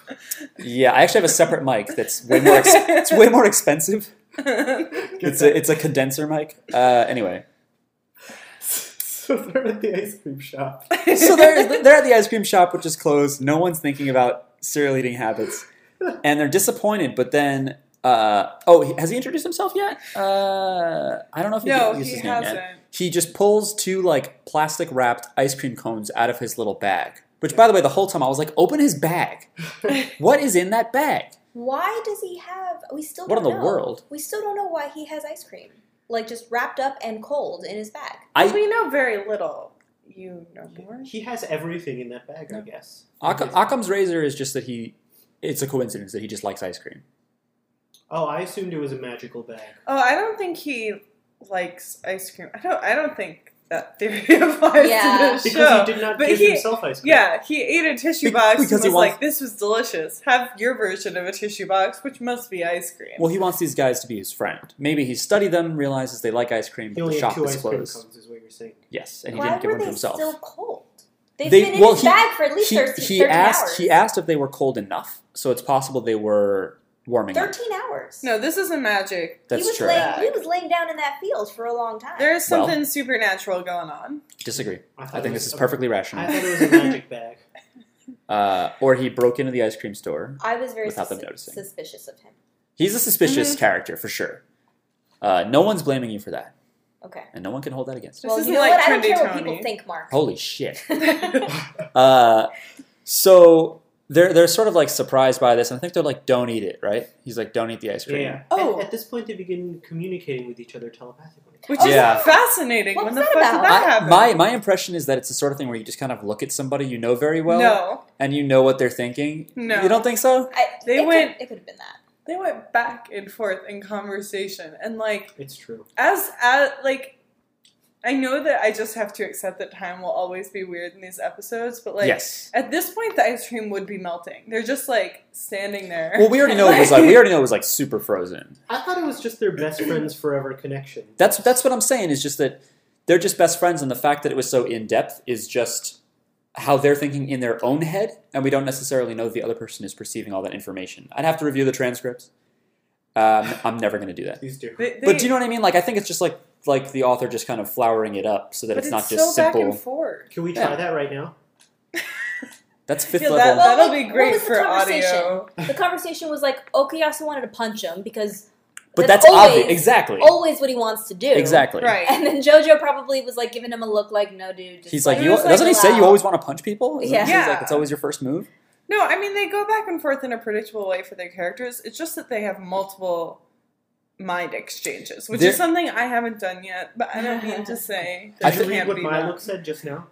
yeah, I actually have a separate mic that's way more ex- it's way more expensive. Get It's that. a it's a condenser mic. Uh, anyway. So they're at the ice cream shop. so they're, they're at the ice cream shop, which is closed. No one's thinking about cereal eating habits. And they're disappointed, but then. Uh, oh, he- has he introduced himself yet? Uh, I don't know if he no, used he his name hasn't. yet. He just pulls two like plastic wrapped ice cream cones out of his little bag. Which, by the way, the whole time I was like, "Open his bag. What is in that bag?" why does he have? We still What don't in the know. world? We still don't know why he has ice cream, like just wrapped up and cold in his bag. I we know very little. you know more. He has everything in that bag, I Yeah. guess. Occam, Occam's razor is just that he. It's a coincidence that he just likes ice cream. Oh, I assumed it was a magical bag. Oh, I don't think he likes ice cream. I don't. I don't think that theory applies Yeah. to this Because show. he did not but give he- himself ice cream. yeah, he ate a tissue Be- box because because he and was wants- like, "This was delicious. Have your version of a tissue box, which must be ice cream." Well, he wants these guys to be his friend. Maybe he studied them, realizes they like ice cream, He but the only had shop two is ice cream closed. cones, is what you're saying. Yes, and he Why didn't give were one they to himself. Still cold. They've They- been in well, his he- bag for at least he, 13, he 13 asked hours. he asked if they were cold enough, so it's possible they were warming up. Thirteen hours. no, this isn't magic. That's he was true. Laying, he was laying down in that field for a long time. There is Well. something supernatural going on. Disagree. thought I it think was this is a- perfectly I rational. thought it was a magic bag. Uh, or he broke into the ice cream store. I was very Without them sus- noticing. suspicious of him. He's a suspicious Mm-hmm. character for sure. Uh, no one's blaming you for that, Okay. and no one can hold that against. you. This well, you isn't know like what? I don't Trendy care what Tony. people think, Mark. Holy shit! yeah, Uh, so they're they're sort of like surprised by this, and I think they're like, "Don't eat it," right? He's like, "Don't eat the ice Yeah. cream." yeah. Oh. At, at this point, they begin communicating with each other telepathically. Which Oh, yeah. is fascinating. What when the was fuck that did about? that I, happen? my my impression is that it's the sort of thing where you just kind of look at somebody you know very well, no, and you know what they're thinking. No. you don't think so? I, They it could- went- it could have been that. they went back and forth in conversation, and like It's true. as as like I know that I just have to accept that time will always be weird in these episodes, but like yes. at this point the ice cream would be melting. They're just like standing there. Well, we already know it was like we already know it was like super frozen. I thought it was just their best friends forever connection. That's that's what I'm saying. Is just that they're just best friends, and the fact that it was so in depth is just how they're thinking in their own head, and we don't necessarily know that the other person is perceiving all that information. I'd have to review the transcripts. Um, I'm never going to do that. Please do. They- they- But do you know what I mean? Like I think it's just like like the author just kind of flowering it up so that but it's, not so just back simple. and forth. Can we try Yeah. that right now? That's fifth Yeah, that- level. Well, that'll like, be what great was the for audio. The conversation was like Okuyasu wanted to punch him because but that's that's always- obvious. Exactly. always what he wants to do. Exactly. Right. And then JoJo probably was like giving him a look like, no, dude. Just He's like, It you, was like doesn't he say you allow- always want to punch people? Isn't he- Yeah. he's like, Yeah. it's always your first move. No, I mean they go back and forth in a predictable way for their characters. It's just that they have multiple mind exchanges, which is There- something I haven't done yet, but I don't mean to say Did I you think- read can't what be my done. look said just now?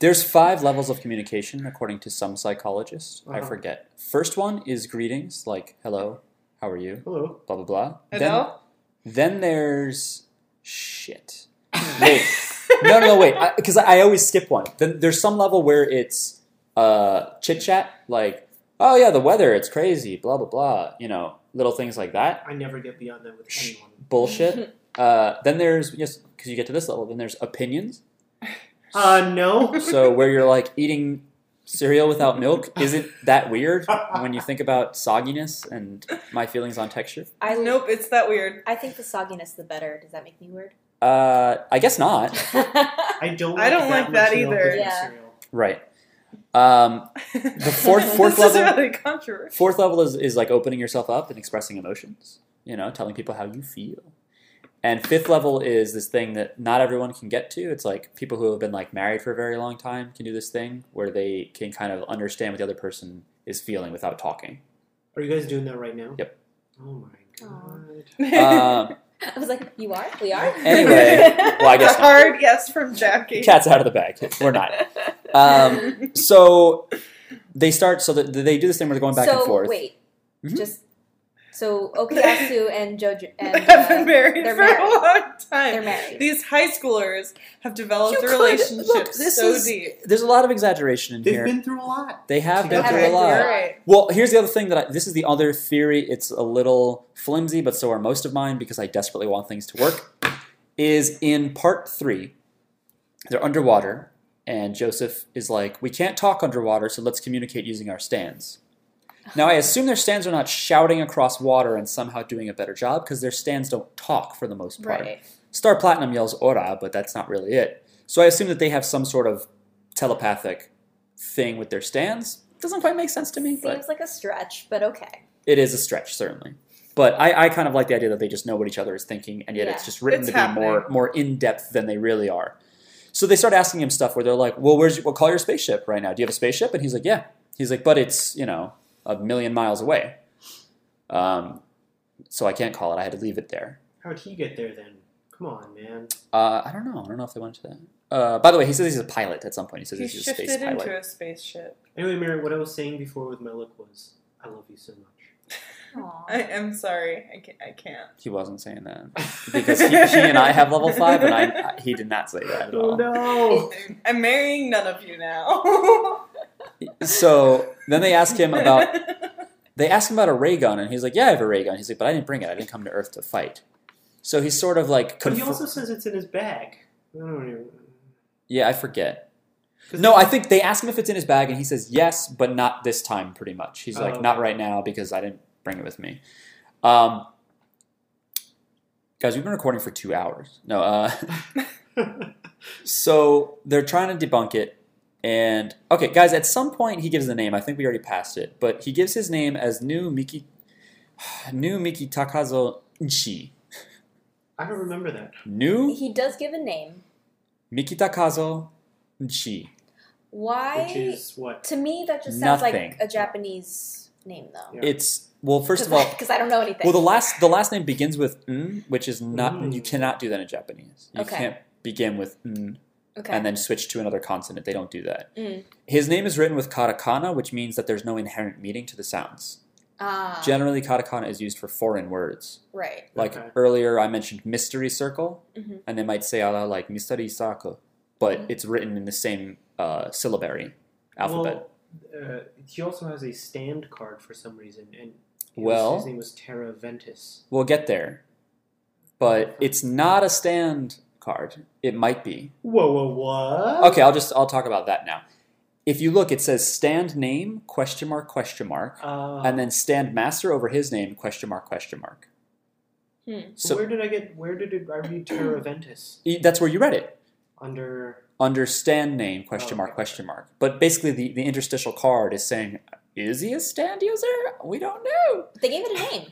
There's five levels of communication, according to some psychologists. I Uh-huh. forget. First one is greetings, like hello, how are you, Hello. blah blah blah. Hello? Then, then there's shit. Wait, no, no, no, wait, because I, I always skip one. Then there's some level where it's uh, chit chat, like oh yeah, the weather, it's crazy, blah blah blah. You know, little things like that. I never get beyond that with Shh. anyone. Bullshit. uh, then there's yes, because you get to this level. Then there's opinions. Uh, no. so where you're like eating cereal without milk isn't that weird when you think about sogginess and my feelings on texture I Nope, it's that weird. I think the sogginess the better. Does that make me weird? uh, i guess not I don't. I don't like much that milk either. with my Yeah. cereal. right um, the fourth fourth this level is really controversial. fourth level is, is like opening yourself up and expressing emotions you know telling people how you feel and fifth level is this thing that not everyone can get to it's like people who have been like married for a very long time can do this thing where they can kind of understand what the other person is feeling without talking Are you guys doing that right now? Yep. Oh my god. um, I was like, you are? We are? Anyway, well, I guess a not. hard yes from Jackie. Cat's out of the bag. We're not. Um, so they start. So that they do this thing where they're going back so, and forth. wait. Mhm. Just, so Okuyasu and JoJo. And, They have been uh, married they're for a married. long time. They're married. These high schoolers have developed You a could- relationship look, this so is- deep. There's a lot of exaggeration in They've here. been through a lot. they have They been have through a been lot. through it. Well, here's the other thing that I, this is the other theory. It's a little flimsy, but so are most of mine because I desperately want things to work. Is in part three, they're underwater, and Joseph is like, "We can't talk underwater, so let's communicate using our stands." Now, I assume their stands are not shouting across water and somehow doing a better job because their stands don't talk for the most part. Right. Star Platinum yells "Ora," but that's not really it. So I assume that they have some sort of telepathic thing with their stands. Doesn't quite make sense to me, but Seems like a stretch, but okay. it is a stretch certainly but I, I kind of like the idea that they just know what each other is thinking and yet it's Yeah. just written It's to be more happening. more in-depth than they really are so they start asking him stuff where they're like well where's your, well call your spaceship right now do you have a spaceship and he's like yeah he's like but it's you know a million miles away um, so i can't call it i had to leave it there How'd he get there then? Come on, man. uh, i don't know i don't know if they went to that Uh, by the way, he says he's a pilot at some point. He says He he's a space shifted pilot. into a spaceship. Anyway, Mary, what I was saying before with my look was, I love you so much. I am sorry. I can't. I can't. He wasn't saying that because he, he and I have level five, and I, I- he did not say that at Oh all. no! I'm marrying none of you now. So then they ask him about they ask him about a ray gun, and he's like, "Yeah, I have a ray gun." He's like, "But I didn't bring it. I didn't come to Earth to fight." So he's sort of like, But he confr- also says it's in his bag. I don't even. "Yeah, I forget." 'cause No, I think they ask him if it's in his bag, and he says, "Yes, but not this time." Pretty much, he's Oh, like, okay. "Not right now because I didn't bring it with me." Um, guys, we've been recording for two hours. No, uh, so they're trying to debunk it, and okay, guys, at some point he gives the name. I think we already passed it, but he gives his name as new Miki, new Miki Takazo Nchi, I don't remember that. new He does give a name. Miki Takazo Nchi. Why? Which is what? to me, that just sounds Nothing. like a Japanese name, though. Yeah. It's well, first of all, because I don't know anything. Well, the last the last name begins with n, which is not Mm. you cannot do that in Japanese. You Okay. can't begin with n okay. and then switch to another consonant. They don't do that. Mm. His name is written with katakana, which means that there's no inherent meaning to the sounds. ah, Generally, katakana is used for foreign words. right. Like Okay. earlier, I mentioned mystery circle, Mhm. and they might say ala like mystery circle, but Mhm. it's written in the same uh, syllabary alphabet. Well, uh, he also has a stand card for some reason, and he was- Well- his name was Terra Ventus. We'll get there, but it's not a stand card. It might be. Whoa, whoa, what? Okay, I'll just I'll talk about that now. If you look, it says stand name question mark question mark, Uh, and then stand master over his name question mark question mark. Hmm. So where did I get? Where did it, I read Terra Ventus e- that's where you read it under? under stand name question Oh, mark okay. question mark. But basically, the the interstitial card is saying is he a stand user? We don't know. They gave it a name.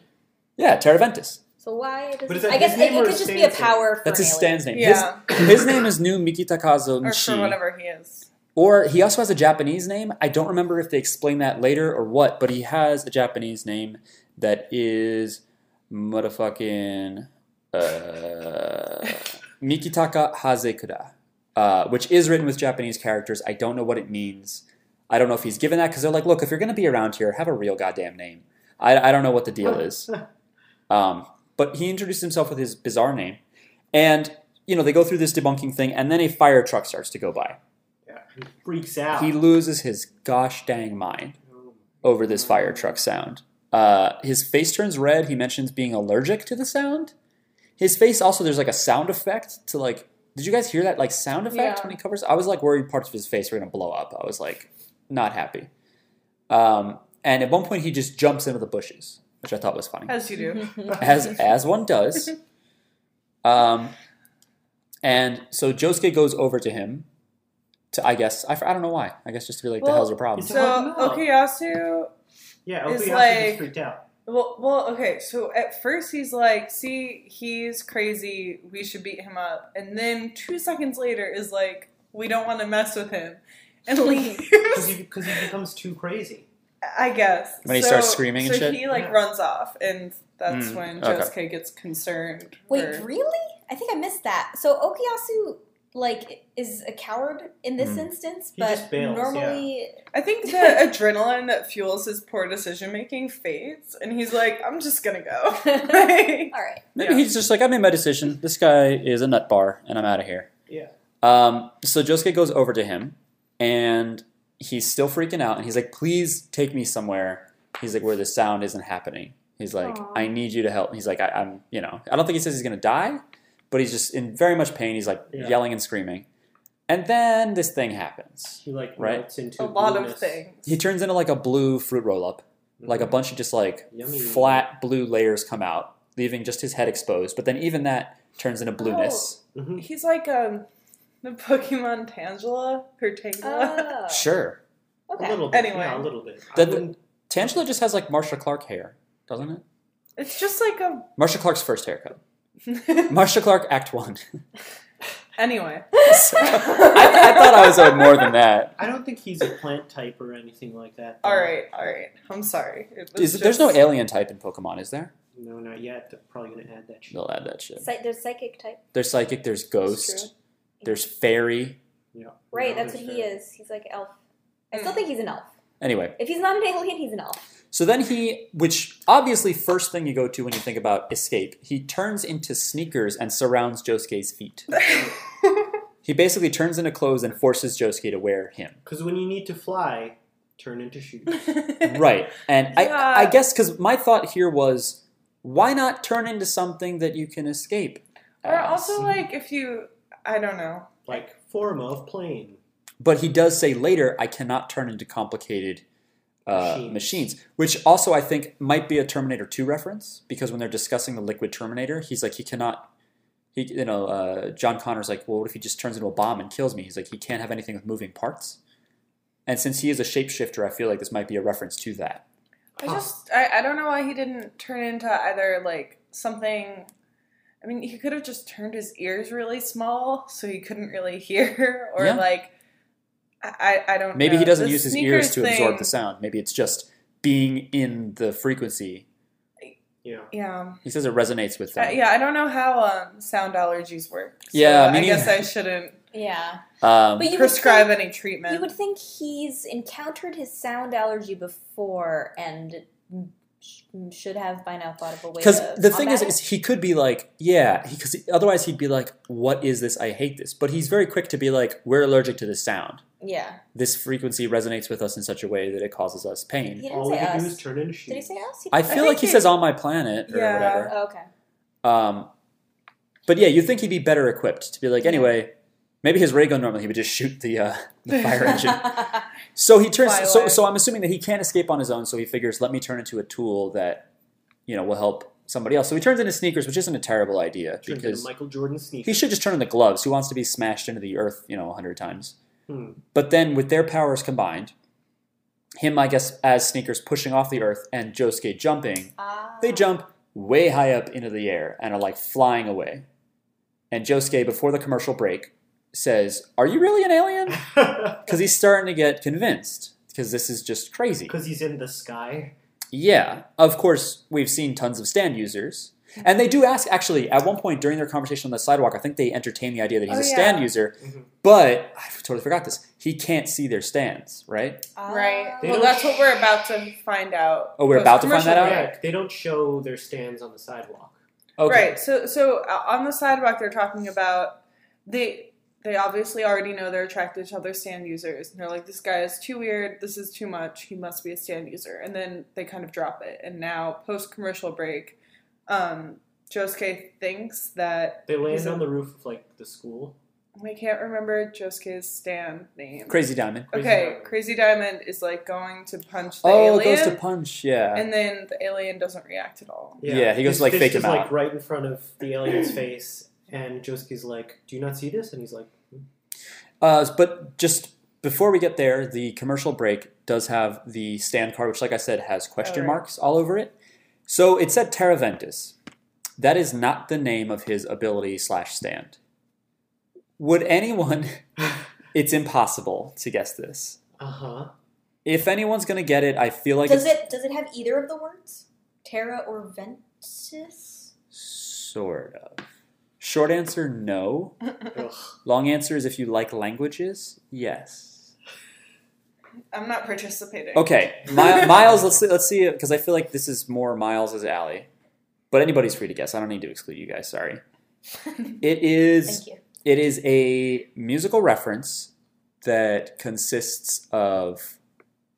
Yeah, Teraventus. So why? Does But is it, that I guess his it, name it or could just be a Stan's name? power. For That's an his alien. stand's name. yeah, His, his name is new Mikitakazo or for Nishi. whatever he is. Or he also has a Japanese name. I don't remember if they explain that later or what, but he has a Japanese name that is motherfucking uh, Mikitaka Hazekura, uh, which is written with Japanese characters. I don't know what it means. I don't know if he's given that because they're like, look, if you're going to be around here, have a real goddamn name. I, I don't know what the deal is. Um, but he introduced himself with his bizarre name. And, you know, they go through this debunking thing, and then a fire truck starts to go by. Yeah, he freaks out. He loses his gosh dang mind Oh, over this fire truck sound. Uh, his face turns red. He mentions being allergic to the sound. His face also, there's like a sound effect to like, did you guys hear that like sound effect Yeah. when he covers? I was like worried parts of his face were going to blow up. I was like, not happy. Um, and at one point, he just jumps into the bushes, which I thought was funny As you Mm-hmm. do. Mhm. as as one does. Um, and so Josuke goes over to him. To I guess I, f- I don't know why. I guess just to be like the Well, hell's your problem. it's- So Oh, no. Okuyasu. yeah, Opie It's also like- just freaked out. Well, well, okay. So at first he's like, "See, he's crazy. We should beat him up." And then two seconds later is like, "We don't want to mess with him," and Because leaves. he, 'cause he becomes too crazy. I guess. When he So- starts screaming and so shit? he like Yeah. runs off, and that's Mm, when okay. Josuke gets concerned. Wait, or- really? I think I missed that. So Okuyasu like is a coward in this Mm. instance, He but just bails, yeah. normally I think the adrenaline that fuels his poor decision making fades, and he's like, "I'm just gonna go." Like, all right. Maybe Yeah. he's just like I made my decision. This guy is a nut bar, and I'm out of here. Yeah. Um, so Josuke goes over to him, and he's still freaking out, and he's like, "Please take me somewhere." He's like, "Where the sound isn't happening." He's like, Aw. "I need you to help." He's like, I, "I'm, you know, I don't think he says he's gonna die, but he's just in very much pain. He's like Yeah. yelling and screaming." And then this thing happens. He like Right. melts into a lot of blueness. things. He turns into like a blue fruit roll up, like a bunch of just like Mm-hmm. Yummy. flat blue layers come out, leaving just his head exposed. But then even that turns into blueness. Mhm. He's like um the Pokemon Tangela or Tangela. Oh, Sure. A okay. little bit. Anyway. Yeah, a little bit. I That- wouldn't- Tangela just has like Marsha Clark hair, doesn't it? it's just like a Marsha Clark's first haircut. Marsha Clark Act One. anyway. So, I, I thought I was owed more than that. I don't think he's a plant type or anything like that. though. All right, all right. I'm sorry. It was Is, There's no just- alien type in Pokemon, is there? No, not yet. They're probably gonna add that shit. They'll add that shit. Psy- there's psychic type. There's psychic. There's That's ghost. There's fairy. Yeah. Right, Yeah, that's what sure. he is. He's like elf. I still think he's an elf. Anyway, If he's not an alien, he's an elf. so then he, which obviously first thing you go to when you think about escape, he turns into sneakers and surrounds Josuke's feet. He basically turns into clothes and forces Josuke to wear him. Because when you need to fly, turn into shoes. right. And Yeah. I, I guess because my thought here was, why not turn into something that you can escape? Or as? also like if you, I don't know. like form of plane. But he does say later, I cannot turn into complicated uh, machines. Machines. which also I think might be a Terminator 2 reference because when they're discussing the liquid Terminator, he's like, he cannot. He, you know, uh, John Connor's like, well, what if he just turns into a bomb and kills me? He's like, he can't have anything with moving parts. And since he is a shapeshifter, I feel like this might be a reference to that. I just I, I don't know why he didn't turn into either like something I mean he could have just turned his ears really small so he couldn't really hear or Yeah. like I, I I don't Maybe know. he doesn't The use his sneakers ears to absorb thing- the sound. Maybe it's just being in the frequency. Yeah. Yeah. He says it resonates with them. Uh, yeah, I don't know how um, sound allergies work. So Yeah, me I guess neither. I shouldn't Yeah. Um, But you prescribe would any think, treatment. You would think he's encountered his sound allergy before and sh- should have by now thought of a way. because to the thing is, combat is it. he could be like yeah because otherwise he'd be like what is this i hate this but he's very quick to be like we're allergic to this sound yeah, this frequency resonates with us in such a way that it causes us he pain didn't All we say can us. do is turn into shoes. Did he say us? He i didn't feel say like us. he says on my planet or Yeah. whatever Oh, okay. um, but yeah you'd think he'd be better equipped to be like anyway maybe his ray gun normally he would just shoot the, uh, the fire engine So he turns. Fly So, away. so I'm assuming that he can't escape on his own. So he figures, let me turn into a tool that, you know, will help somebody else. So he turns into sneakers, which isn't a terrible idea Turns into because Michael Jordan sneakers. he should just turn into gloves. Who wants to be smashed into the earth, you know, a hundred times? Hmm. But then with their powers combined, him, I guess, as sneakers pushing off the earth and Josuke jumping, Ah. they jump way high up into the air and are like flying away. And Josuke, before the commercial break, says, "Are you really an alien?" because he's starting to get convinced because this is just crazy. Because he's in the sky. Yeah, of course, we've seen tons of stand users. And they do ask, actually, at one point during their conversation on the sidewalk, I think they entertain the idea that he's Oh, a stand yeah. user, Mhm. but I totally forgot this. He can't see their stands, right? Oh, Um, right. They well, don't that's sh- what we're about to find out. Oh, we're about to find that post-commercial out? break. Yeah, they don't show their stands on the sidewalk. Okay. Right. So so uh, on the sidewalk, they're talking about they they obviously already know they're attracted to other stand users, and they're like, "This guy is too weird. This is too much. He must be a stand user." And then they kind of drop it. And now post commercial break, um, Josuke thinks that They land He's a- on the roof of like the school. I can't remember Josuke's stand name. Crazy Diamond. Crazy okay, Diamond. Crazy Diamond is like going to punch the oh, alien, goes to punch, yeah. and then the alien doesn't react at all. Yeah, he goes, His like, fist fake is, him out. like right in front of the alien's face, and Josuke's like, "Do you not see this?" And he's like, Uh, but just before we get there, the commercial break does have the stand card, which, like I said, has question right. marks all over it. So it said Teraventus. That is not the name of his ability slash stand. Would anyone? it's impossible to guess this. "Uh huh." If anyone's gonna get it, I feel like does it's it does it have either of the words Terra or Ventus? sort of. Short answer, no. Ugh. Long answer is if you like languages, yes. I'm not participating. Okay, My, Miles. Let's see, let's see because I feel like this is more Miles's alley. But anybody's free to guess. I don't need to exclude you guys. Sorry. It Thank is. you. It is a musical reference that consists of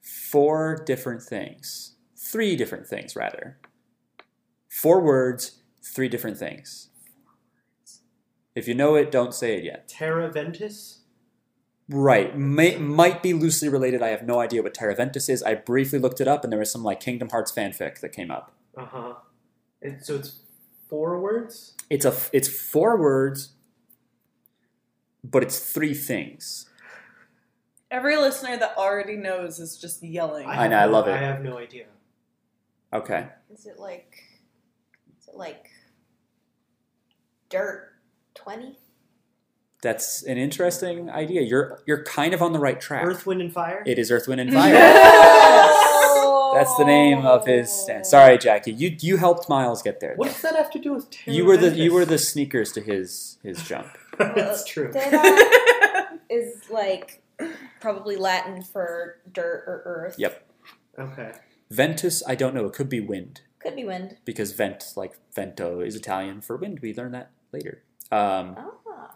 four different things, three different things rather. Four words, three different things. If you know it, don't say it yet. Terra Ventus. Right. May, might be loosely related. I have no idea what Teraventus is. I briefly looked it up and there was some like Kingdom Hearts fanfic that came up. Uh huh. And so it's four words. It's a f- it's four words but it's three things. Every listener that already knows is just yelling. I know, I have- love it. I have no idea. Okay. Is it like is it like dirt twenty? That's an interesting idea. You're you're kind of on the right track. Earth, Wind, and Fire. It is Earth Wind and Fire. Yes! That's the name of his stand. Sorry, Jackie. You you helped Miles get there. what does that have to do with Terra? You were the you Ventus? were the sneakers to his his jump. That's true. Terra is like probably Latin for dirt or earth. Yep. Okay. Ventus, I don't know. It could be wind Could be wind. because vent, like vento, is Italian for wind. We learned that later. Um, Ah.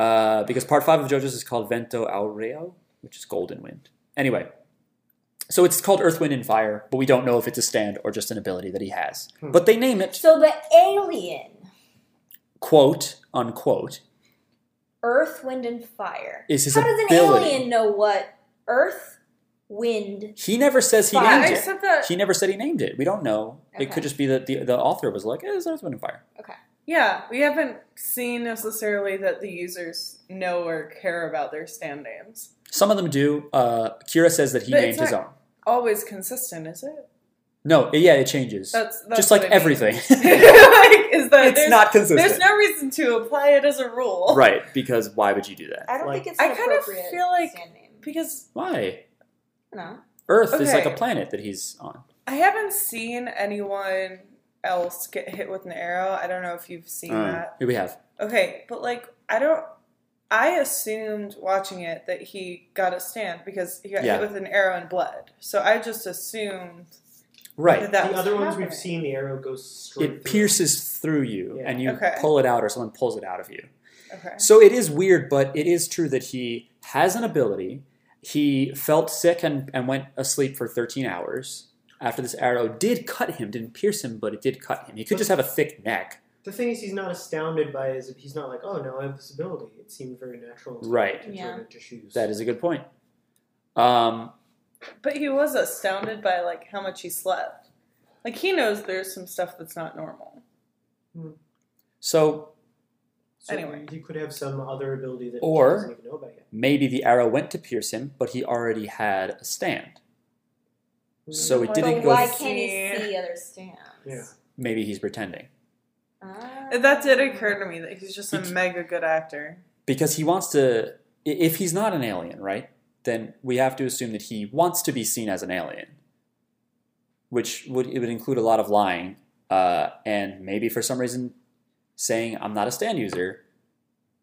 uh, because part five of JoJo's is called Vento Aureo, which is golden wind. Anyway, so it's called Earth, Wind, and Fire, but we don't know if it's a stand or just an ability that he has. Hmm. But they name it, So the alien, quote unquote, earth, wind, and fire. is his How does an ability. alien know what earth, wind? He never says he Fire. yeah, named it. except that He never said he named it. We don't know. It Okay. could just be that the, the author was like, eh, it's Earth, Wind, and Fire. yeah, we haven't seen necessarily that the users know or care about their stand names. Some of them do. Uh, Kira says that he But named it's his not- own. Always consistent, is it? No, yeah, it changes. That's, that's just like what I mean. everything. like, is that it's there's, not consistent. There's no reason to apply it as a rule, right, because why would you do that? I don't Like- think it's. I An kind of appropriate feel like- stand name. Because Why? No. Earth is like a Okay. planet that he's on. I haven't seen anyone else get hit with an arrow. I don't know if you've seen Uh, that. Here we have. Okay, but like I don't. I assumed watching it that he got a stand because he got Yeah. hit with an arrow and bled. So I just assumed Right. that that the was other ones we've happening. seen, the arrow goes straight. It through. pierces through you, Yeah. and you Okay. pull it out, or someone pulls it out of you. Okay. So it is weird, but it is true that he has an ability. He felt sick and, and went asleep for 13 hours after this arrow did cut him, didn't pierce him, but it did cut him. He could just have a thick neck. The thing is, he's not astounded by his. He's not like, oh, now I have this ability. It seemed very natural. To Right. To Yeah. turn into shoes. That is a good point. Um, But he was astounded by like how much he slept. Like he knows there's some stuff that's not normal. so So anyway. he could have some other ability that Or- he doesn't even know about yet. maybe the arrow went to pierce him, but he already had a stand. So it But didn't But go. why f- can't he See. see other stands? Yeah. maybe he's pretending Ah. That did occur to me that he's just a He- mega good actor. because he wants to. i- If he's not an alien, right? Then we have to assume that he wants to be seen as an alien, which would it would include a lot of lying uh, and maybe for some reason saying I'm not a stand user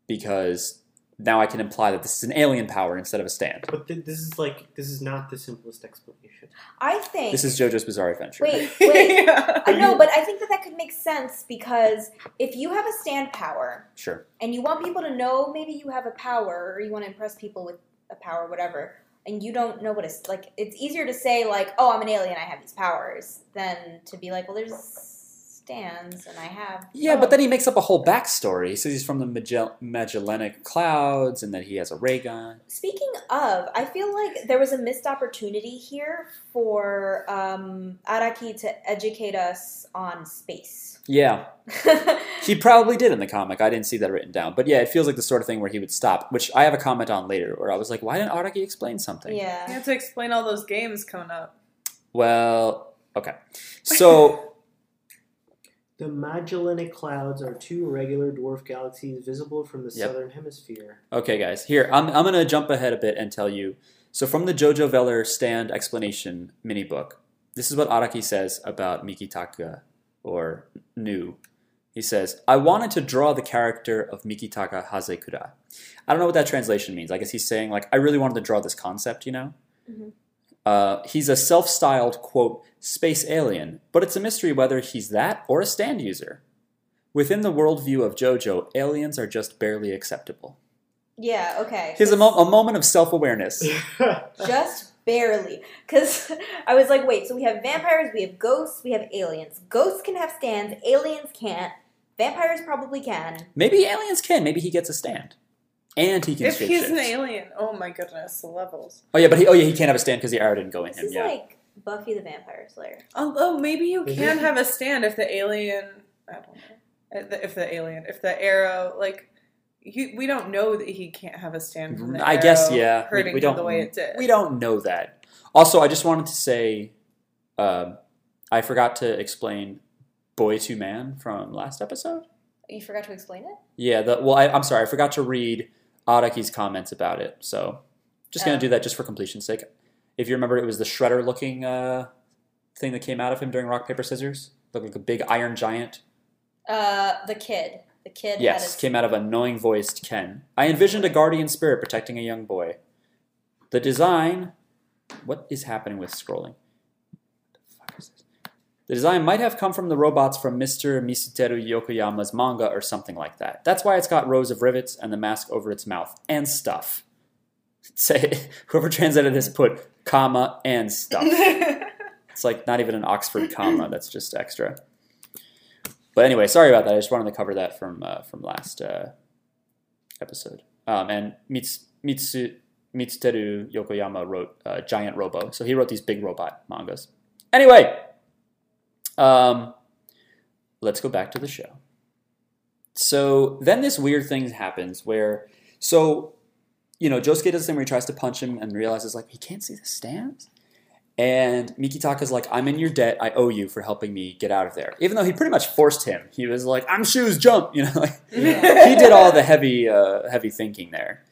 because now I can imply that this is an alien power instead of a stand. But th- this is like this is not the simplest explanation. Ah. I think. This is JoJo's Bizarre Adventure. Wait, wait. Yeah. I know, but I think that that could make sense because if you have a stand power Sure. and you want people to know maybe you have a power or you want to impress people with a power, whatever, and you don't know what it's like, it's easier to say, like, oh, I'm an alien, I have these powers, than to be like, well, there's stands and I have. Yeah, but then he makes up a whole backstory. He says he's from the Magell- Magellanic Clouds and that he has a ray gun. Speaking of, I feel like there was a missed opportunity here for um, Araki to educate us on space. Yeah, he probably did in the comic. I didn't see that written down. But yeah, it feels like the sort of thing where he would stop, which I have a comment on later where I was like, why didn't Araki explain something? You yeah. have to explain all those games coming up. Well, okay. So, The Magellanic Clouds are two regular dwarf galaxies visible from the Yep. southern hemisphere. okay, guys, here, I'm, I'm going to jump ahead a bit and tell you. So, from the JoJo Veller stand explanation mini book, this is what Araki says about Mikitaka or Nu. He says, I wanted to draw the character of Mikitaka Hasekura. I don't know what that translation means. I guess he's saying, like, I really wanted to draw this concept, you know? Mhm. Uh, he's a self styled, quote, space alien, but it's a mystery whether he's that or a stand user. Within the worldview of JoJo, aliens are just barely acceptable. Yeah, okay. Here's a, mo- a moment of self awareness. Just barely. Because I was like, wait, so we have vampires, we have ghosts, we have aliens. Ghosts can have stands, aliens can't. Vampires probably can. Maybe aliens can. Maybe he gets a stand. And he can If he's an shapeshift. alien, oh my goodness, the levels. Oh yeah, but he, oh yeah, he can't have a stand because the arrow didn't go in This him. is Yeah, like Buffy the Vampire Slayer. Although maybe you Maybe. can have a stand if the alien. I don't know. If the- If the alien, if the arrow, like, he, we don't know that he can't have a stand. From the I guess arrow yeah. We- hurting we don't him the way it did. we don't know that. Also, I just wanted to say, um, I forgot to explain "Boy to Man" from last episode. You forgot to explain it? Yeah, the, well, I, I'm sorry, I forgot to read Araki's comments about it. So, just gonna Oh. do that just for completion's sake. If you remember, it was the shredder-looking uh, thing that came out of him during Rock Paper Scissors. Looked like a big iron giant. Uh, the kid. The kid. that Yes, is- came out of a knowing voiced Ken. I envisioned a guardian spirit protecting a young boy. The design. What is happening with scrolling? What the fuck is this? The design might have come from the robots from Mr. Misuteru Yokoyama's manga or something like that. That's why it's got rows of rivets and the mask over its mouth and stuff. Say whoever translated this put comma and stuff. It's like not even an Oxford comma. That's just extra. But anyway, sorry about that. I just wanted to cover that from uh, from last uh, episode. Um, and Mits, Mitsu, Mitsuteru Yokoyama wrote uh, Giant Robo, so he wrote these big robot mangas. Anyway, um, let's go back to the show. So then this weird thing happens where so you know Josuke does the thing where he tries to punch him and realizes like he can't see the stamps. And Mikitaka's like, I'm in your debt. I owe you for helping me get out of there. Even though he pretty much forced him. He was like, I'm shoes, jump. You know, like, he did all the heavy, uh, heavy thinking there.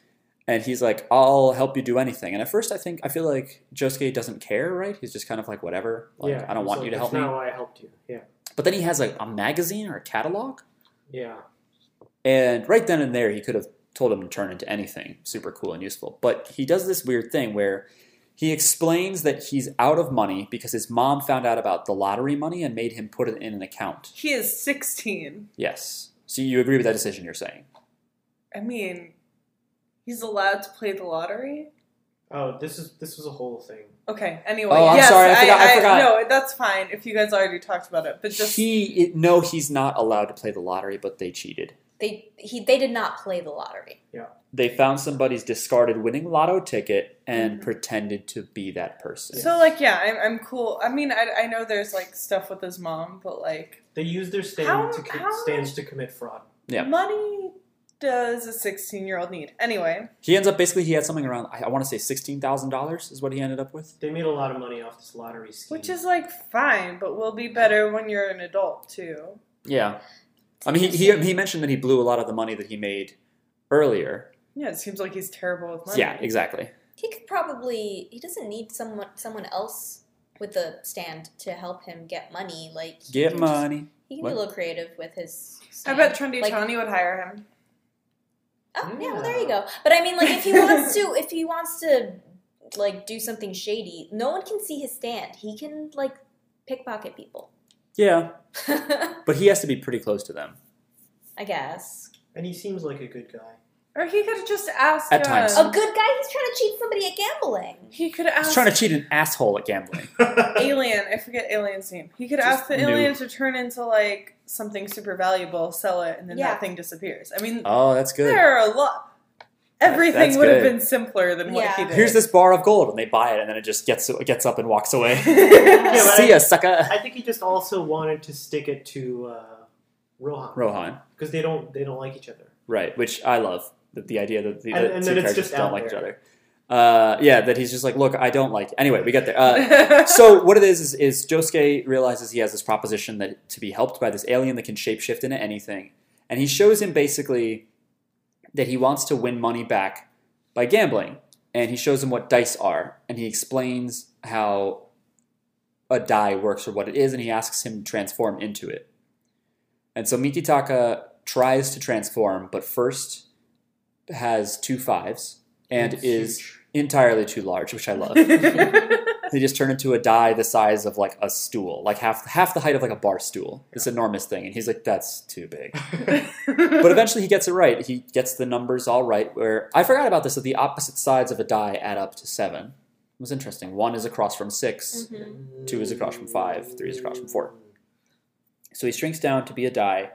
And he's like, I'll help you do anything. And at first, I think, I feel like Josuke doesn't care, right? He's just kind of like, whatever. Like, yeah, I don't it's want like, you to that's help me. not why I helped you. Yeah, But then he has like a magazine or a catalog. yeah. And right then and there, he could have told him to turn into anything super cool and useful. But he does this weird thing where he explains that he's out of money because his mom found out about the lottery money and made him put it in an account. He is 16. Yes. So you agree with that decision you're saying? I mean, he's allowed to play the lottery? Oh, this is this was a whole thing. Okay, anyway. Oh, I'm yes, sorry, I forgot- I forgot. No, that's fine if you guys already talked about it. But just. he it, no, he's not allowed to play the lottery, but they cheated. They he they did not play the lottery. They found somebody's discarded winning lotto ticket and pretended to be that person. So, like, yeah, I'm, I'm cool. I mean, I, I know there's, like, stuff with his mom, but, like, They used their stand How- to co- how stands to commit fraud. Yeah. money does a 16 year old need? Anyway. he ends up basically he had something around I, I want to say sixteen thousand dollars is what he ended up with. They made a lot of money off this lottery scheme. Which is like fine, but will be better when you're an adult too. Yeah. I mean, he, he, he mentioned that he blew a lot of the money that he made earlier. Yeah, it seems like he's terrible with money. Yeah, exactly. He could probably he doesn't need someone someone else with the stand to help him get money. Like he Get can just- money. he can What? be a little creative with his. I Stand. bet Trendy Like, Tony would hire him. Oh yeah, well there Yeah. you go. But I mean, like if he wants to, if he wants to, like do something shady, no one can see his stand. He can like pickpocket people. Yeah, I but he has to be pretty close to them. guess and he seems like a good guy. Or he could just ask At uh, times. a good guy. He's trying to cheat somebody at gambling. He could He's ask trying to cheat an asshole at gambling. Alien, I forget Alien's name. He could Just ask the new. alien to turn into like something super valuable, sell it, and then Yeah. that thing disappears. I mean Oh, that's good. there are a lot everything that's would have good. been simpler than what he Yeah. did. Here's this bar of gold, and they buy it, and then it just gets gets up and walks away. Yeah, but See I- ya, sucker. I think he just also wanted to stick it to uh, Rohan. Rohan, because they don't they don't like each other. right? Which I love. That the idea that the And- that and two then it's characters just don't out like each other. there. Uh, yeah, that he's just like, look, I don't like. Anyway, we get there. Uh, so what it is is, is Josuke realizes he has this proposition that to be helped by this alien that can shapeshift into anything, and he shows him basically that he wants to win money back by gambling, and he shows him what dice are, and he explains how a die works or what it is, and he asks him to transform into it. And so Mikitaka tries to transform, but first has two fives and It's is huge. entirely too large, which I love. They just turn into a die the size of like a stool, like half half the height of like a bar stool. This enormous thing, and he's like, "That's too big." but eventually, he gets it right. He gets the numbers all right. Where I forgot about this that the opposite sides of a die add up to seven. It was interesting. One is across from 6 Mm-hmm. Mm-hmm. Two is across from five, three is across from four. So he shrinks down to be a die,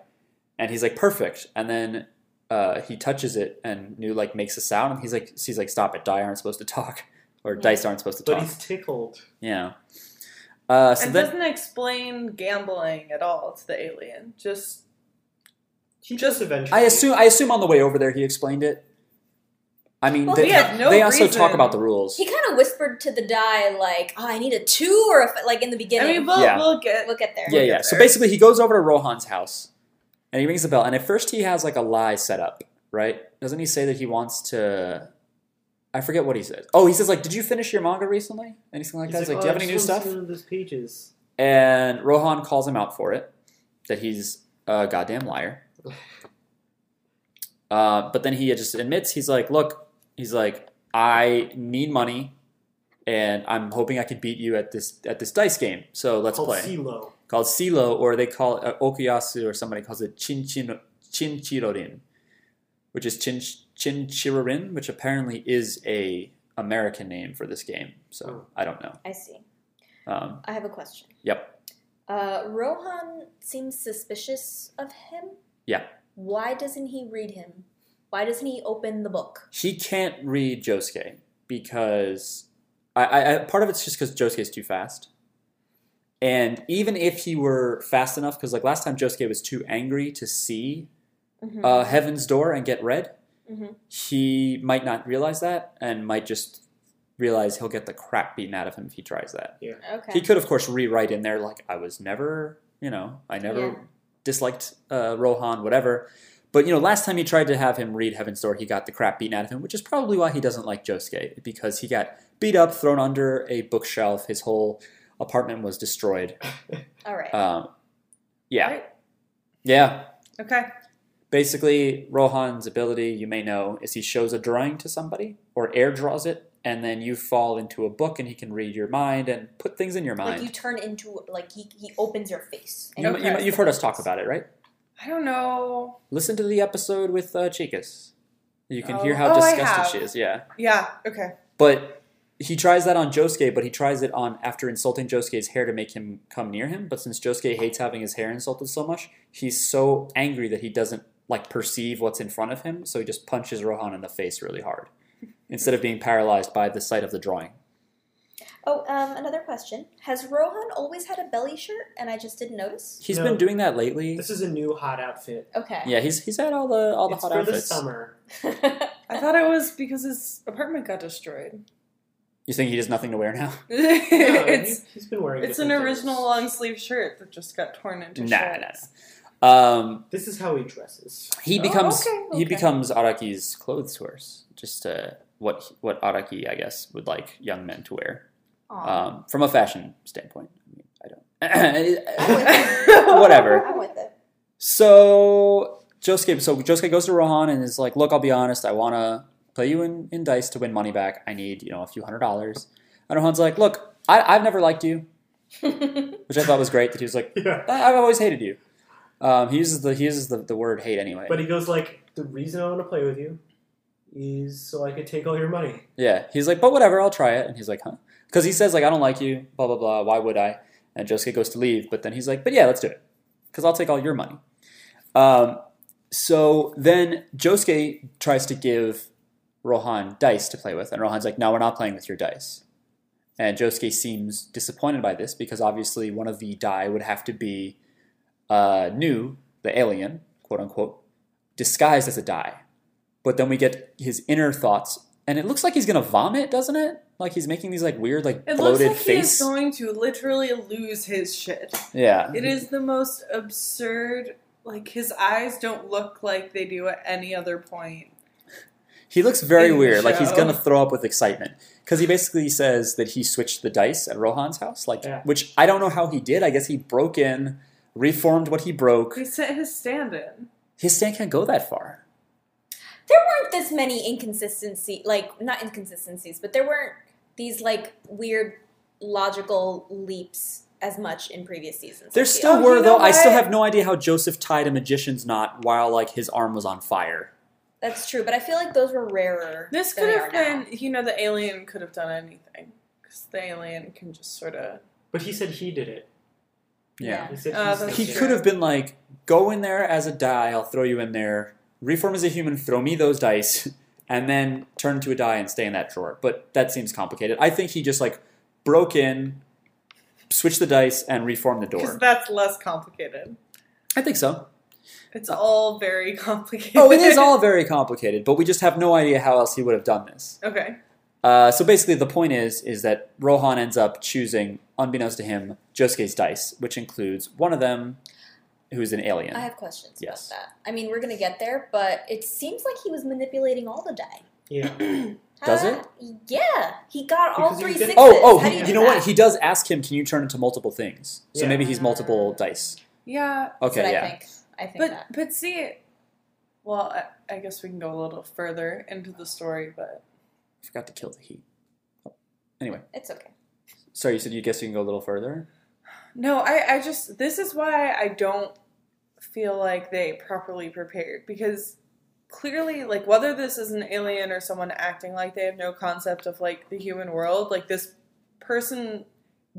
and he's like perfect. And then uh, he touches it, and New like makes a sound, and he's like, he's like, stop it! Die aren't supposed to talk, or Yeah. dice aren't supposed to But talk. he's tickled. Yeah. Uh, so and then, doesn't explain gambling at all to the alien. Just He just eventually. I assume I assume on the way over there he explained it. I mean, Well, they, he had no they also reason. talk about the rules. He kind of whispered to the die like, "Oh, I need a two or a f-, like in the I beginning." mean we'll Yeah. we'll get Look at there. yeah, we'll yeah. get So there. basically, he goes over to Rohan's house and he rings the bell. And at first, he has like a lie set up, right? Doesn't he say that he wants to? I forget what he said. Oh, he says like, "Did you finish your manga recently?" Anything like He's that. He's like, "Oh, "Do you I have any new just wanna stuff?" see one of those pages. And Rohan calls him out for it, that he's a goddamn liar. Uh, but then he just admits he's like, look, he's like, I need money, and I'm hoping I can beat you at this at this dice game. So let's called play CeeLo. called Silo, or they call uh, Okuyasu, or somebody calls it Chinchin Chinchirorin, which is Chin Chinchirorin, which apparently is a American name for this game. So I don't know. I see. Um, I have a question. yep. Uh, Rohan seems suspicious of him. Yeah. Why doesn't he read him? Why doesn't he open the book? He can't read Josuke because I, I, I part of it's just because Josuke is too fast. And even if he were fast enough, because like last time Josuke was too angry to see Mm-hmm. Mhm. uh, Heaven's Door and get red, Mhm. he might not realize that and might just realize he'll get the crap beaten out of him if he tries that. okay. He could, of course, rewrite in there like, I was never, you know, I never Yeah. disliked uh, Rohan, whatever. But, you know, last time he tried to have him read Heaven's Door, he got the crap beaten out of him, which is probably why he doesn't like Josuke, because he got beat up, thrown under a bookshelf, his whole apartment was destroyed. All right. Um, yeah. Right. Yeah. Okay. Basically, Rohan's ability, you may know, is he shows a drawing to somebody or air draws it, and then you fall into a book and he can read your mind and put things in your like mind. you turn into like he, he opens your face. you, and- Okay. you, have heard us talk about it, right? I don't know. Listen to the episode with uh, Chikas. You can Oh. hear how Oh, I have. disgusted she is, yeah. Yeah. Okay. But he tries that on Josuke, but he tries it on after insulting Josuke's hair to make him come near him. But since Josuke hates having his hair insulted so much, he's so angry that he doesn't like perceive what's in front of him, so he just punches Rohan in the face really hard instead of being paralyzed by the sight of the drawing. oh, um, another question: Has Rohan always had a belly shirt, and I just didn't notice? He's No. been doing that lately. This is a new hot outfit. Okay. Yeah, he's he's had all the all the it's hot for outfits. the summer. I thought it was because his apartment got destroyed. You think he has nothing to wear now? No, it's he's- he's been wearing. it's an different things. original long sleeve shirt that just got torn into Nah, nah, shreds. Um, This is how he dresses. he Oh, becomes okay, he okay. becomes Araki's clothes horse. Just uh, what what Araki, I guess, would like young men to wear Aw. um, from a fashion standpoint. I mean, I I'm don't. with it. Whatever. I'm with it. so Josuke, so Josuke goes to Rohan and is like, "Look, I'll be honest. I want to play you in, in dice to win money back. I need you know a few hundred dollars." And Rohan's like, "Look, I, I've never liked you," which I thought was great. That he was like, Yeah. "I- "I've always hated you." Um, he uses the he uses the, the word hate anyway. But he goes like, the reason I want to play with you is so I could take all your money. Yeah, he's like, but whatever, I'll try it. And he's like, huh? Because he says like, I don't like you, blah blah blah. Why would I? And Josuke goes to leave, but then he's like, but yeah, let's do it, because I'll take all your money. Um, so then Josuke tries to give Rohan dice to play with, and Rohan's like, no, we're not playing with your dice. And Josuke seems disappointed by this because obviously one of the die would have to be uh, new, the alien, quote unquote, disguised as a die. But then we get his inner thoughts, and it looks like he's gonna vomit, doesn't it? Like he's making these like weird, like It looks bloated like he is face. going to literally lose his shit. yeah, It is the most absurd. Like his eyes don't look like they do at any other point. He looks very in the weird, like he's show. gonna throw up with excitement. Because he basically says that he switched the dice at Rohan's house, like Yeah. which I don't know how he did. I guess he broke in, reformed what he broke. He set his stand in. His stand can't go that far. there weren't this many inconsistency like not inconsistencies but there weren't these like weird logical leaps as much in previous seasons I There feel. still Oh, were you though. know I still what? have no idea how Joseph tied a magician's knot while like his arm was on fire. that's true but i feel like those were rarer This than could they have are now. been, you know, the alien could have done anything because the alien can just sort of. But he said he did it. Yeah. He said Uh, he's the that's He shit. true. could have been like, go in there as a die, I'll throw you in there. Reform as a human, throw me those dice, and then turn to a die and stay in that drawer. But that seems complicated. I think he just like broke in, switched the dice, and reformed the Because door. that's less complicated. I think so. It's all very complicated. Oh, it is all very complicated, but we just have no idea how else he would have done this. Okay. Uh, so basically, the point is is that Rohan ends up choosing, unbeknownst to him, Josuke's dice, which includes one of them, who's an alien. i have questions Yes. about that i mean we're gonna get there but it seems like he was manipulating all the die Yeah. Does Huh? Uh, yeah he got all Because he three was getting- sixes oh, oh, How he- do you, do know that? what? He does ask him, "Can you turn into multiple things?" So Yeah. maybe he's multiple dice. Yeah. That's Okay, what yeah. i think i think But that but see, Well, I, I guess we can go a little further into the story, but I forgot to kill the heat. Oh, Anyway, It's okay. sorry, you said you guess you can go a little further? no, I, I just this is why I don't feel like they properly prepared because clearly, like whether this is an alien or someone acting like they have no concept of like the human world, like this person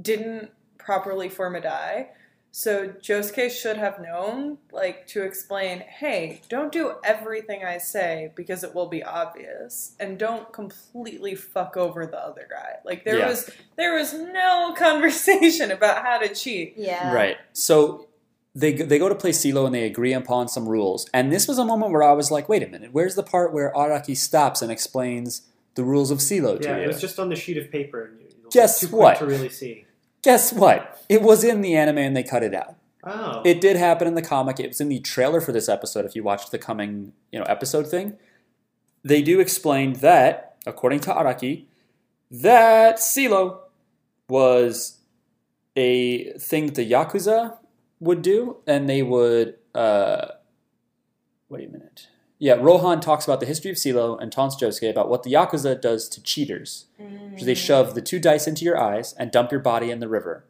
didn't properly form a die. So Josuke should have known, like, to explain, hey, don't do everything I say because it will be obvious, and don't completely fuck over the other guy. Like there Yeah. was there was no conversation about how to cheat. Yeah. Right. So they go- they go to play CeeLo and they agree upon some rules. And this was a moment where I was like, wait a minute, where's the part where Araki stops and explains the rules of CeeLo to Yeah, you? it was just on the sheet of paper. And you- it was Guess too what? Quick to really see. Guess what? It was in the anime and they cut it out. Oh, It did happen in the comic. It was in the trailer for this episode. If you watched the coming, you know, episode thing, they do explain that, according to Araki, that Silo was a thing that the Yakuza would do, and they would. Uh, wait a minute. Yeah, Rohan talks about the history of Silo and taunts Josuke about what the Yakuza does to cheaters. which They shove the two dice into your eyes and dump your body in the river.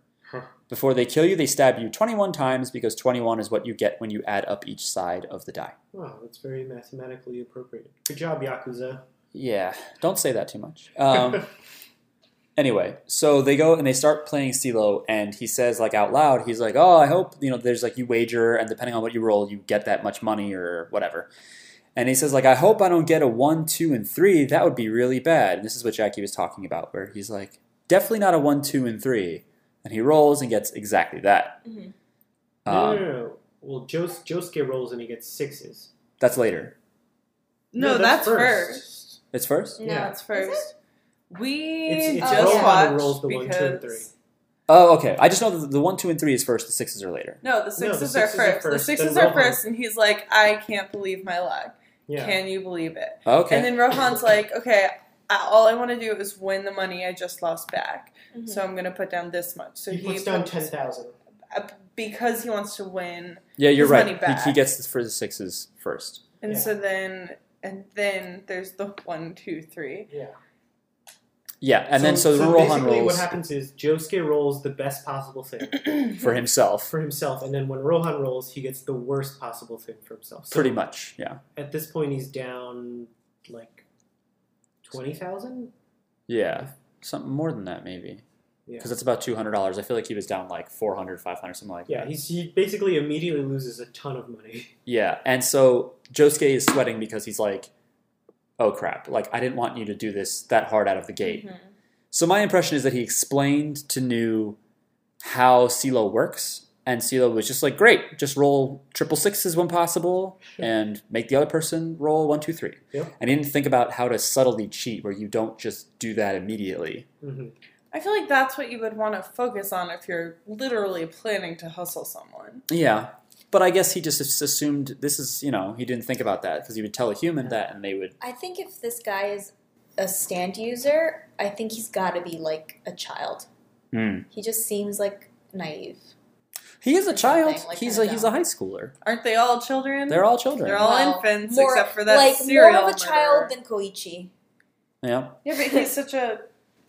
Before they kill you, they stab you 21 times because 21 is what you get when you add up each side of the die. wow, that's very mathematically appropriate. Good job, Yakuza. Yeah, don't say that too much. Um, anyway, so they go and they start playing CeeLo, and he says, like, out loud, he's like, Oh, I hope, you know, there's like you wager, and depending on what you roll, you get that much money or whatever. And he says, like, I hope I don't get a one, two, and three. That would be really bad. And this is what Jackie was talking about, where he's like, Definitely not a one, two, and three. And he rolls and gets exactly that. Mhm. no, Um, no, no, no. Well, Jos- Josuke rolls and he gets sixes. that's later. No, that's, first. It's first? No, Yeah. That's first. We It's- it's just Rohan watched that rolls the one, two, and because- three. Oh, okay. I just know that the one, two, and three is first. The sixes are later. No, the No, the sixes, sixes are, are first. The first, sixes then are Rohan. first, and he's like, "I can't believe my luck. Yeah. Can you believe it?" Oh, Okay. And then Rohan's like, "Okay, I, all I want to do is win the money I just lost back, Mhm. so I'm gonna put down this much." So he he, puts down puts- ten thousand. uh, because he wants to win, yeah, you're his right. money back. He, he gets this for the sixes first. and Yeah. so then and then there's the one, two, three. Yeah. Yeah, and then so, Rohan basically rolls What happens is Josuke rolls the best possible thing for himself, for himself, and then when Rohan rolls, he gets the worst possible thing for himself. So pretty much. Yeah, At this point, he's down like twenty thousand. yeah, something more than that maybe, Yeah. because it's about two hundred dollars. I feel like he was down like 400, 500, something like Yeah, that. he's, he basically immediately loses a ton of money. Yeah, and so Josuke is sweating because he's like, "Oh crap! Like I didn't want you to do this that hard out of the gate." So my impression is that he explained to New how CeeLo works, and CeeLo was just like, great, just roll triple sixes when possible, and make the other person roll one, two, three. Yep. And he didn't think about how to subtly cheat, where you don't just do that immediately. hmm I feel like that's what you would want to focus on if you're literally planning to hustle someone. Yeah. But I guess he just as- assumed this is, you know, he didn't think about that because he would tell a human that, and they would. I think if this guy is a stand user, I think he's got to be like a child. He just seems like naive. He is a child. Something like he's that, a he's a high schooler. Aren't they all children? They're all children. They're all Well, infants more, except for that like serial more of a murderer. child than Koichi. yeah. Yeah, but he's such a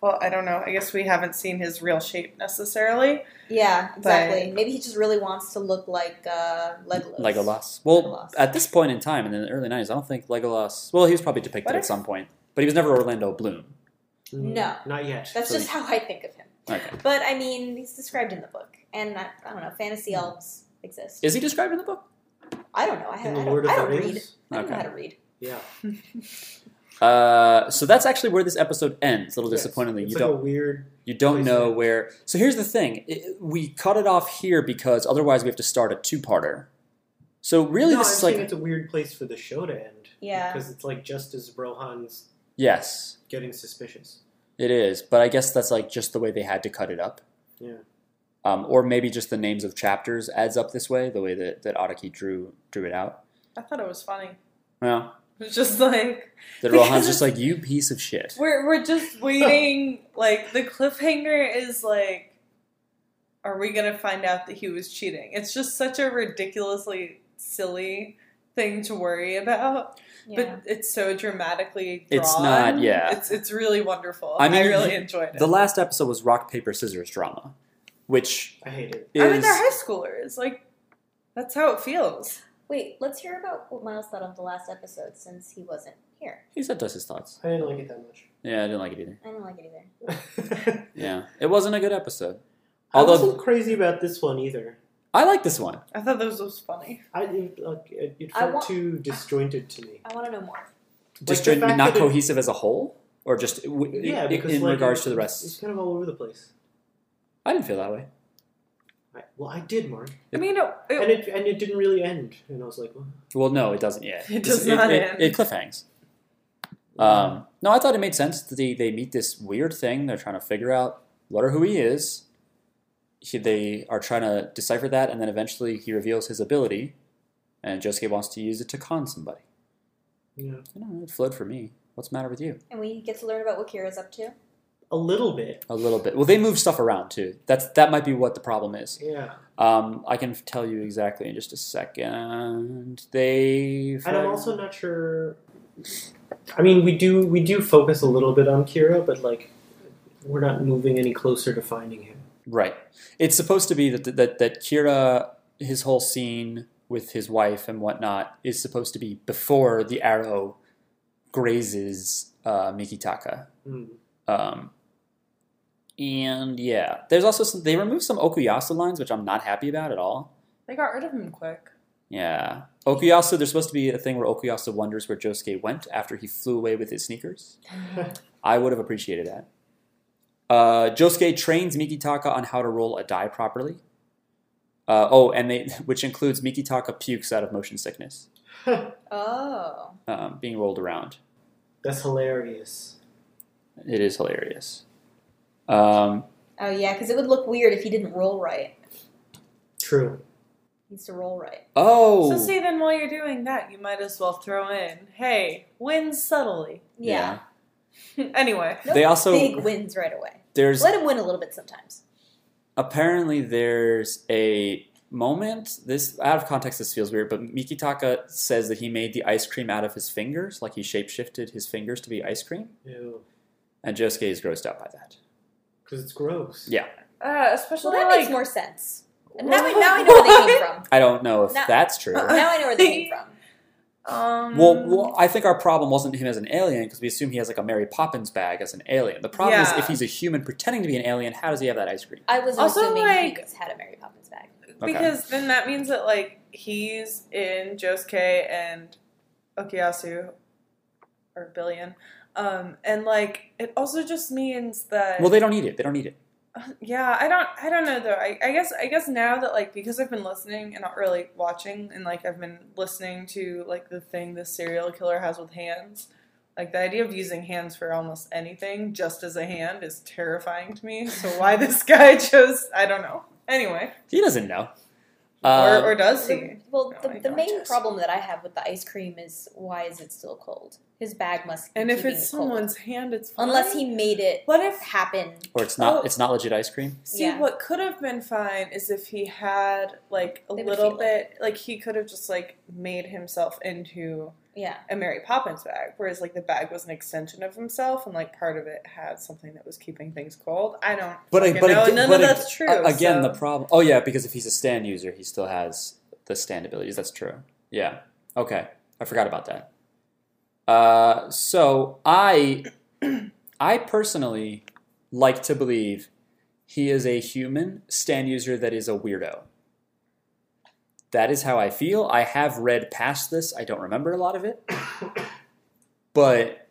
well, I don't know. I guess we haven't seen his real shape necessarily. Yeah, exactly. Maybe he just really wants to look like uh, Legolas. Legolas. Well, Legolas. at this point in time, in the early '90s, I don't think Legolas. Well, he was probably depicted What at if- some point, but he was never Orlando Bloom. No. Mm-hmm. not yet. That's So just he- how I think of him. Okay. But I mean, he's described in the book, and I, I don't know. Fantasy elves exist. Is he described in the book? I don't know. I, In have, the I Lord don't, of I the don't read. Rings. I don't know Okay. how to read. Yeah, Uh, so that's actually where this episode ends. A little Yes. disappointingly, It's you like don't a weird. you don't place know to- where. So here's the thing: It- we cut it off here because otherwise we have to start a two-parter. So really, no, this I'm is saying like it's a weird place for the show to end. Yeah. because it's like just as Rohan's yes, getting suspicious. It is, but I guess that's like just the way they had to cut it up. Yeah. Um, or maybe just the names of chapters adds up this way, the way that that Araki drew drew it out. I thought it was funny. Well, It's just like that Because Rohan's just like you piece of shit. we're we're just waiting. like the cliffhanger is like, are we gonna find out that he was cheating? It's just such a ridiculously silly thing to worry about, Yeah. but it's so dramatically drawn. It's not- yeah. It's it's really wonderful. I I, mean, really enjoyed it. The last episode was rock paper scissors drama, which I hate it. is I mean, they're high schoolers. Like, that's how it feels. Wait, let's hear about what Miles thought of the last episode since he wasn't here. he said just his thoughts. I didn't like it that Yeah, I didn't like it either. I didn't like it either. much. Yeah, it wasn't a good episode. I Although wasn't crazy about this one either. I like this one. I thought this was funny. I it, like it, it I felt want- too disjointed to me. I want to know more. Just the fact not that it- cohesive as a whole, or just w- Yeah, in, because in like, regards to the it's- it's rest. kind of all over the place. I didn't feel that way. I, well, I did, Mark, I mean, it, it- and it and it didn't really end, and I was like, well, Well, no, it doesn't yet. It does not It, end. it cliffhangs. Um, no, I thought it made sense that they, they meet this weird thing. They're trying to figure out what or who he is. He, they are trying to decipher that, and then eventually he reveals his ability, and Josuke wants to use it to con somebody. you know, I don't know, it flowed for me. What's the matter with you? And we get to learn about what Kira's up to. a little bit, A little bit. Well, they move stuff around too. That's that might be what the problem is. yeah. Um, I can tell you exactly in just a second. They. And I'm also not sure. I mean, we do we do focus a little bit on Kira, but like, we're not moving any closer to finding him. Right. It's supposed to be that that that Kira, his whole scene with his wife and whatnot, is supposed to be before the arrow grazes uh, Mikitaka. Hmm. Um, and yeah, there's also some, they removed some Okuyasu lines, which I'm not happy about at all. they got rid of him quick. Yeah, Okuyasu. There's supposed to be a thing where Okuyasu wonders where Josuke went after he flew away with his sneakers. I would have appreciated that. Uh, Josuke trains Mikitaka on how to roll a die properly. Uh, oh, and they, which includes Mikitaka pukes out of motion sickness, Oh. um, being rolled around. That's hilarious. It is hilarious. Um, Oh, yeah, because it would look weird if he didn't roll right. True. He needs to roll right. oh, So see, then while you're doing that, you might as well throw in, "Hey, win subtly." Yeah. anyway, No They also- Big wins right away. there's Let him win a little bit sometimes. apparently there's a moment. This out of context, this feels weird, but Mikitaka says that he made the ice cream out of his fingers, like he shapeshifted his fingers to be ice cream, Because and Josuke is grossed out by that. it's gross. Yeah. uh, especially Well, that like makes more sense. Now, I- now I know where they came from. I don't know if Now- that's true. Now I know where they came from. uh, Um, Well, well, I think our problem wasn't him as an alien because we assume he has like a Mary Poppins bag as an alien. The problem is Yeah. if he's a human pretending to be an alien, how does he have that ice cream? I was Also, assuming like- he just had a Mary Poppins bag. because then that means that like he's in Josuke and Okuyasu or Billion, um, and like it also just means that Well, they don't eat it. They don't eat it. Yeah, I don't I don't know though. I, I guess I guess now that like because I've been listening and not really watching and like I've been listening to like the thing the serial killer has with hands. Like the idea of using hands for almost anything just as a hand is terrifying to me. So why this guy chose I don't know. Anyway, He doesn't know. Uh, or, or does he? The- well, Oh No, I the, the don't main just- problem that I have with the ice cream is why is it still cold? His bag must. Be And if keeping it's it cold. someone's hand, it's fine. unless he made it What if happen. or it's not. Oh. It's not legit ice cream. See, Yeah. what could have been fine is if he had like a They would little feel bit, like he could have just like made himself into Yeah, a Mary Poppins bag, whereas like the bag was an extension of himself, and like part of it had something that was keeping things cold. I don't, But I- fucking but know, aga- and none but of aga- that's true. Uh, again, so- the problem. Oh yeah, because if he's a stand user, he still has the stand abilities. That's true. Yeah. Okay, I forgot about that. Uh, so I, I personally like to believe he is a human stand user that is a weirdo. That is how I feel. I have read past this. I don't remember a lot of it, but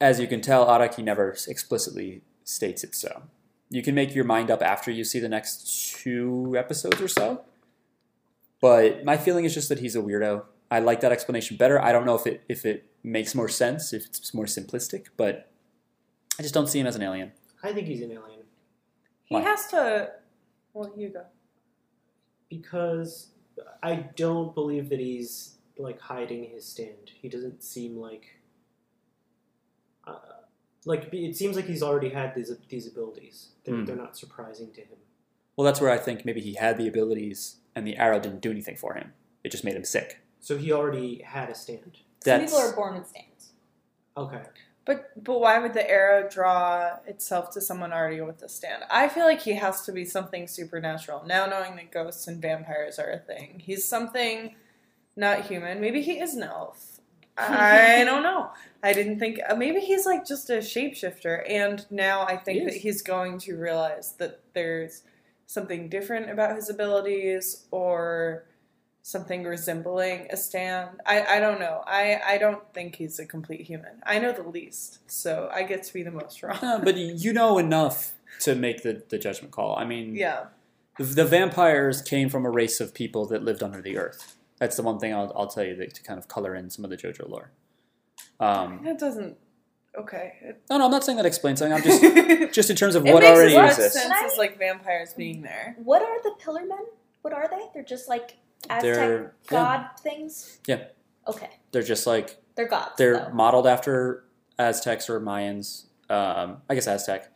as you can tell, Araki never explicitly states it so you can make your mind up after you see the next two episodes or so. But my feeling is just that he's a weirdo. I like that explanation better. I don't know if it if it makes more sense, if it's more simplistic, but I just don't see him as an alien. I think he's an alien he Why? has to. Well, you go. because I don't believe that he's like hiding his stand. He doesn't seem like. Uh, like it seems like he's already had these these abilities. They're, Hmm. they're not surprising to him. Well, that's where I think maybe he had the abilities and the arrow didn't do anything for him. It just made him sick. So he already had a stand. Some That's people are born with stands. Okay. But but why would the arrow draw itself to someone already with the stand? I feel like he has to be something supernatural. Now knowing that ghosts and vampires are a thing, he's something not human. Maybe he is an elf. I don't know. I didn't think. uh, Maybe he's like just a shapeshifter. And now I think He that is. he's going to realize that there's something different about his abilities or something resembling a stand. I, I don't know. I, I don't think he's a complete human. I know the least, so I get to be the most wrong. No, Uh, but you know enough to make the, the judgment call. I mean, Yeah. the, the vampires came from a race of people that lived under the earth. That's the one thing I'll, I'll tell you that, to kind of color in some of the JoJo lore. Um, That doesn't. Okay. It, no, no, I'm not saying that explains something. I'm just just in terms of It what makes a already lot of exists. sense Can I- as like vampires being there. What are the Pillar Men? What are they? They're just like Aztec They're- yeah. god things. Yeah. Okay, They're just like they're gods. they're though. modeled after Aztecs or Mayans. Um, I guess Aztec,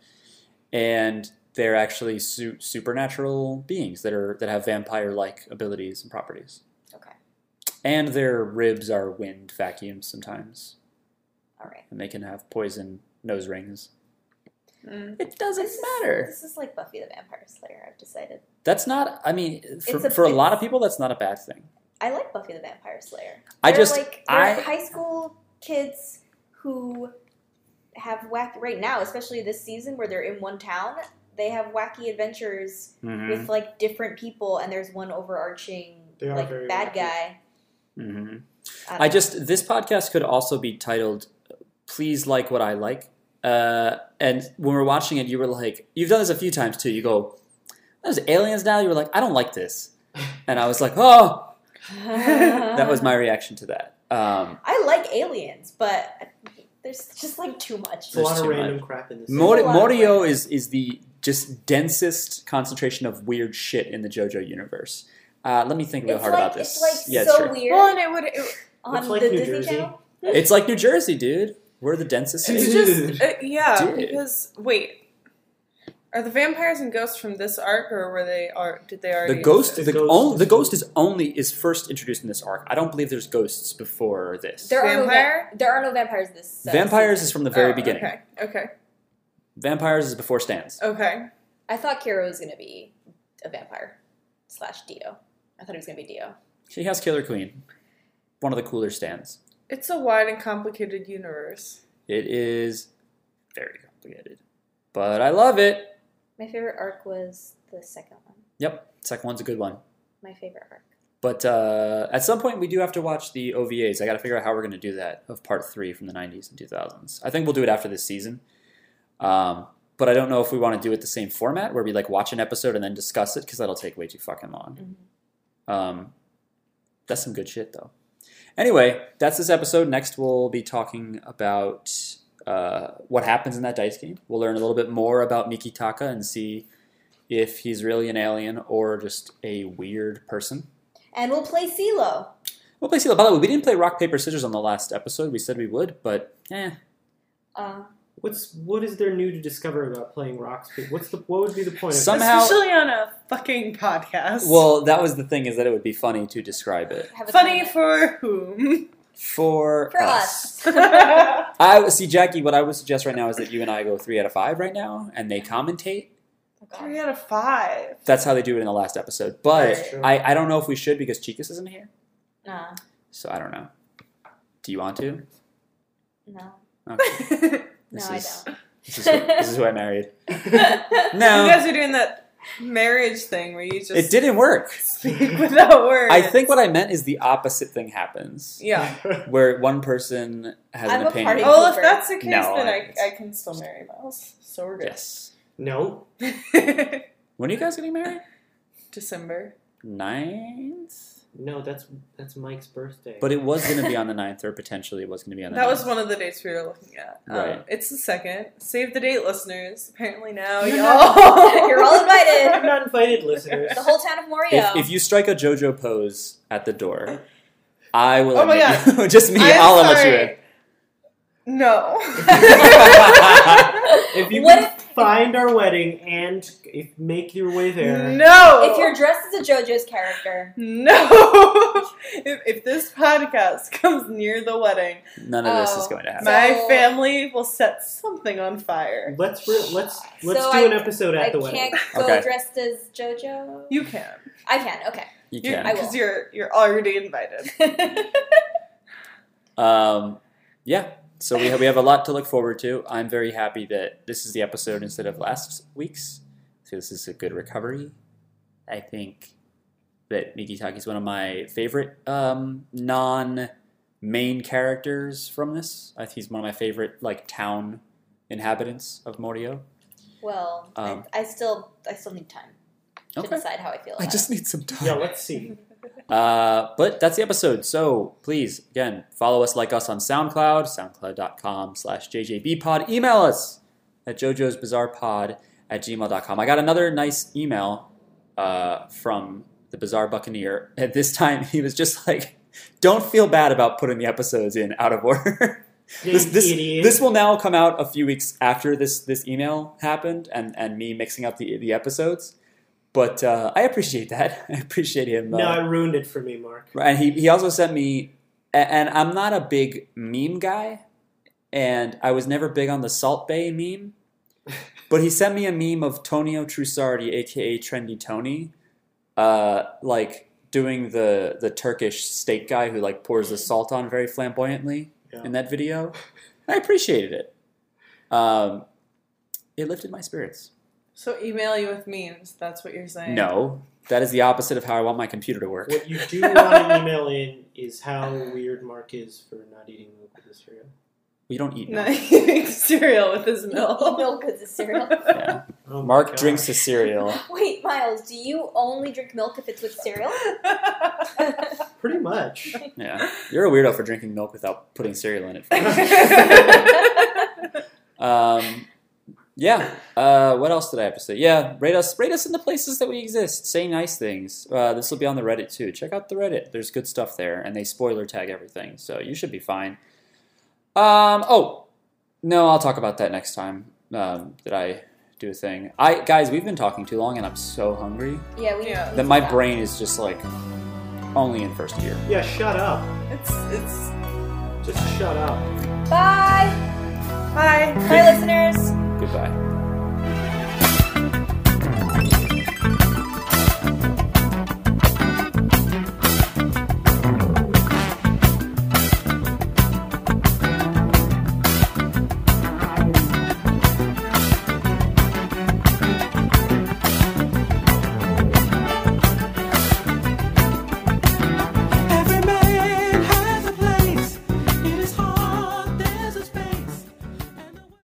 and they're actually su- supernatural beings that are that have vampire-like abilities and properties. okay. And their ribs are wind vacuums sometimes, All right. and they can have poison nose rings. Mm. It doesn't This is- matter. This is like Buffy the Vampire Slayer. I've decided. That's not. I mean, for, It's a- for a lot of it's- people, that's not a bad thing. I like Buffy the Vampire Slayer. I They're just- like I- they're high school kids who have wacky right now, especially this season where they're in one town. They have wacky adventures Mm-hmm. with like different people, and there's one overarching They are like very bad wacky. guy. Mm-hmm. don't I know. just this podcast could also be titled "Please Like What I Like." Uh, and when we we're watching it, you were like, "You've done this a few times too." You go, "There's aliens now." You were like, "I don't like this," and I was like, "Oh." That was my reaction to that. Um, I like aliens, but there's just like too much. It's a lot There's of too random crap in this. Mori- a lot of Morio is is the just densest concentration of weird shit in the JoJo universe. Uh, let me think real it's hard like, about this. It's like yeah, so sure. weird Well, and it would. It, on It's like the New Disney Jersey. Channel. It's like New Jersey, dude. We're the densest. it's city. just. uh, yeah, Dude. because. Wait. Are the vampires and ghosts from this arc, or were they? Are did they already? The ghost, exist? the, The ghost only, is the ghost is only is first introduced in this arc. I don't believe there's ghosts before this. There are no va- Vampire? there are no vampires this. Uh, Vampires season. is from the very Oh, beginning. Okay. Oh. Okay. Vampires is before Stans. Okay. I thought Kira was gonna be a vampire slash Dio. I thought it was gonna be Dio. She has Killer Queen, one of the cooler Stans. It's a wide and complicated universe. It is very complicated, but I love it. My favorite arc was the second one. Yep, second one's a good one. My favorite arc. But uh, at some point, we do have to watch the OVAs. I got to figure out how we're going to do that of part three from the 90s and 2000s. I think we'll do it after this season. Um, but I don't know if we want to do it the same format where we like watch an episode and then discuss it because that'll take way too fucking long. Um, that's some good shit though. Anyway, that's this episode. Next, we'll be talking about uh, what happens in that dice game. We'll learn a little bit more about Miki Taka and see if he's really an alien or just a weird person. And we'll play CeeLo. We'll play Seal. By the way, we didn't play rock paper scissors on the last episode. We said we would, but eh. Uh, What's what is there new to discover about playing rocks? What's the what would be the point? of Some- Somehow- Especially on a fucking podcast. Well, that was the thing is that it would be funny to describe it have a funny time. for whom? for, for us. Oh I see, Jackie. What I would suggest right now is that you and I go three out of five right now, and they commentate. Oh, God. Three out of five. That's how they do it in the last episode. But That's true. I, I don't know if we should because Chikas isn't here, Nah, so I don't know. Do you want to? no, Okay. no, This I is- don't. This is, who, this is who I married. You No, guys are doing that marriage thing where you just it didn't work. speak without words. I think what I meant is the opposite thing happens, Yeah. where one person has I'm an a opinion. party Well, if Cooper. that's the case, No, then I, it's- I can still marry Miles. So we're good. Yes. no. When are you guys getting married? December. Ninth? No, that's that's Mike's birthday. But it was going to be on the ninth, or potentially it was going to be on the That ninth. was one of the dates we were looking at. Um, Right. It's the second. Save the date, listeners. Apparently now, No, y'all. You're all You're invited. not invited, listeners. The whole town of Morio. If, if you strike a JoJo pose at the door, I will. Oh my admit you- just me. I am will let you sorry. in. No. If you What can find our wedding and if, make your way there, No. If you're dressed as a JoJo's character, no. if, if this podcast comes near the wedding, None of this Oh. is going to happen. my So- family will set something on fire. Let's re- let's let's So do I- an episode at I the wedding. can't go Okay. dressed as JoJo. You can, I can. Okay. You you can. I will. because you're you're already invited. Um, yeah. So we have, we have a lot to look forward to. I'm very happy that this is the episode instead of last week's. So this is a good recovery. I think that Miki Taki is one of my favorite um, non main characters from this. I think he's one of my favorite like town inhabitants of Morio. Well, Um. I, I still I still need time to Okay. decide how I feel. I about just it. need some time. Yeah, let's see. Uh, but that's the episode. So please, again, follow us, like us on SoundCloud, soundcloud.com slash jjbpod. Email us at jojo's bizarre pod at gmail.com. I got another nice email uh, from the Bizarre Buccaneer. At this time, he was just like, don't feel bad about putting the episodes in out of order. this, You this, idiot. this will now come out a few weeks after this this email happened and, and me mixing up the, the episodes. But uh, I appreciate that. I appreciate him. uh, no, it ruined it for me, Mark. Right, And he, he also sent me, a- and I'm not a big meme guy, and I was never big on the Salt Bay meme, but he sent me a meme of Tonio Trusardi, aka Trendy Tony, uh, like doing the the Turkish steak guy who like pours the salt on very flamboyantly Yeah. in that video. I appreciated it. Um, it lifted my spirits. so email you with memes. That's what you're saying. No, that is the opposite of how I want my computer to work. What you do want to email in is how weird Mark is for not eating milk with his cereal. We don't eat. No, milk. he makes cereal with his Eat milk. milk as a cereal. Yeah. Oh my Mark gosh. drinks the cereal. Wait, Miles, do you only drink milk if it's with cereal? pretty much. Yeah, you're a weirdo for drinking milk without putting cereal in it. Um, yeah. Uh, what else did I have to say? Yeah, rate us, rate us in the places that we exist. Say nice things. Uh, this will be on the Reddit too. Check out the Reddit. There's good stuff there, and they spoiler tag everything, so you should be fine. Um. Oh, no, I'll talk about that next time. Um, that I do a thing. I guys, we've been talking too long, and I'm so hungry yeah, we. Yeah. that my brain is just like only in first gear. Yeah, shut up. it's it's Just shut up. Bye. bye. Bye, listeners. Goodbye.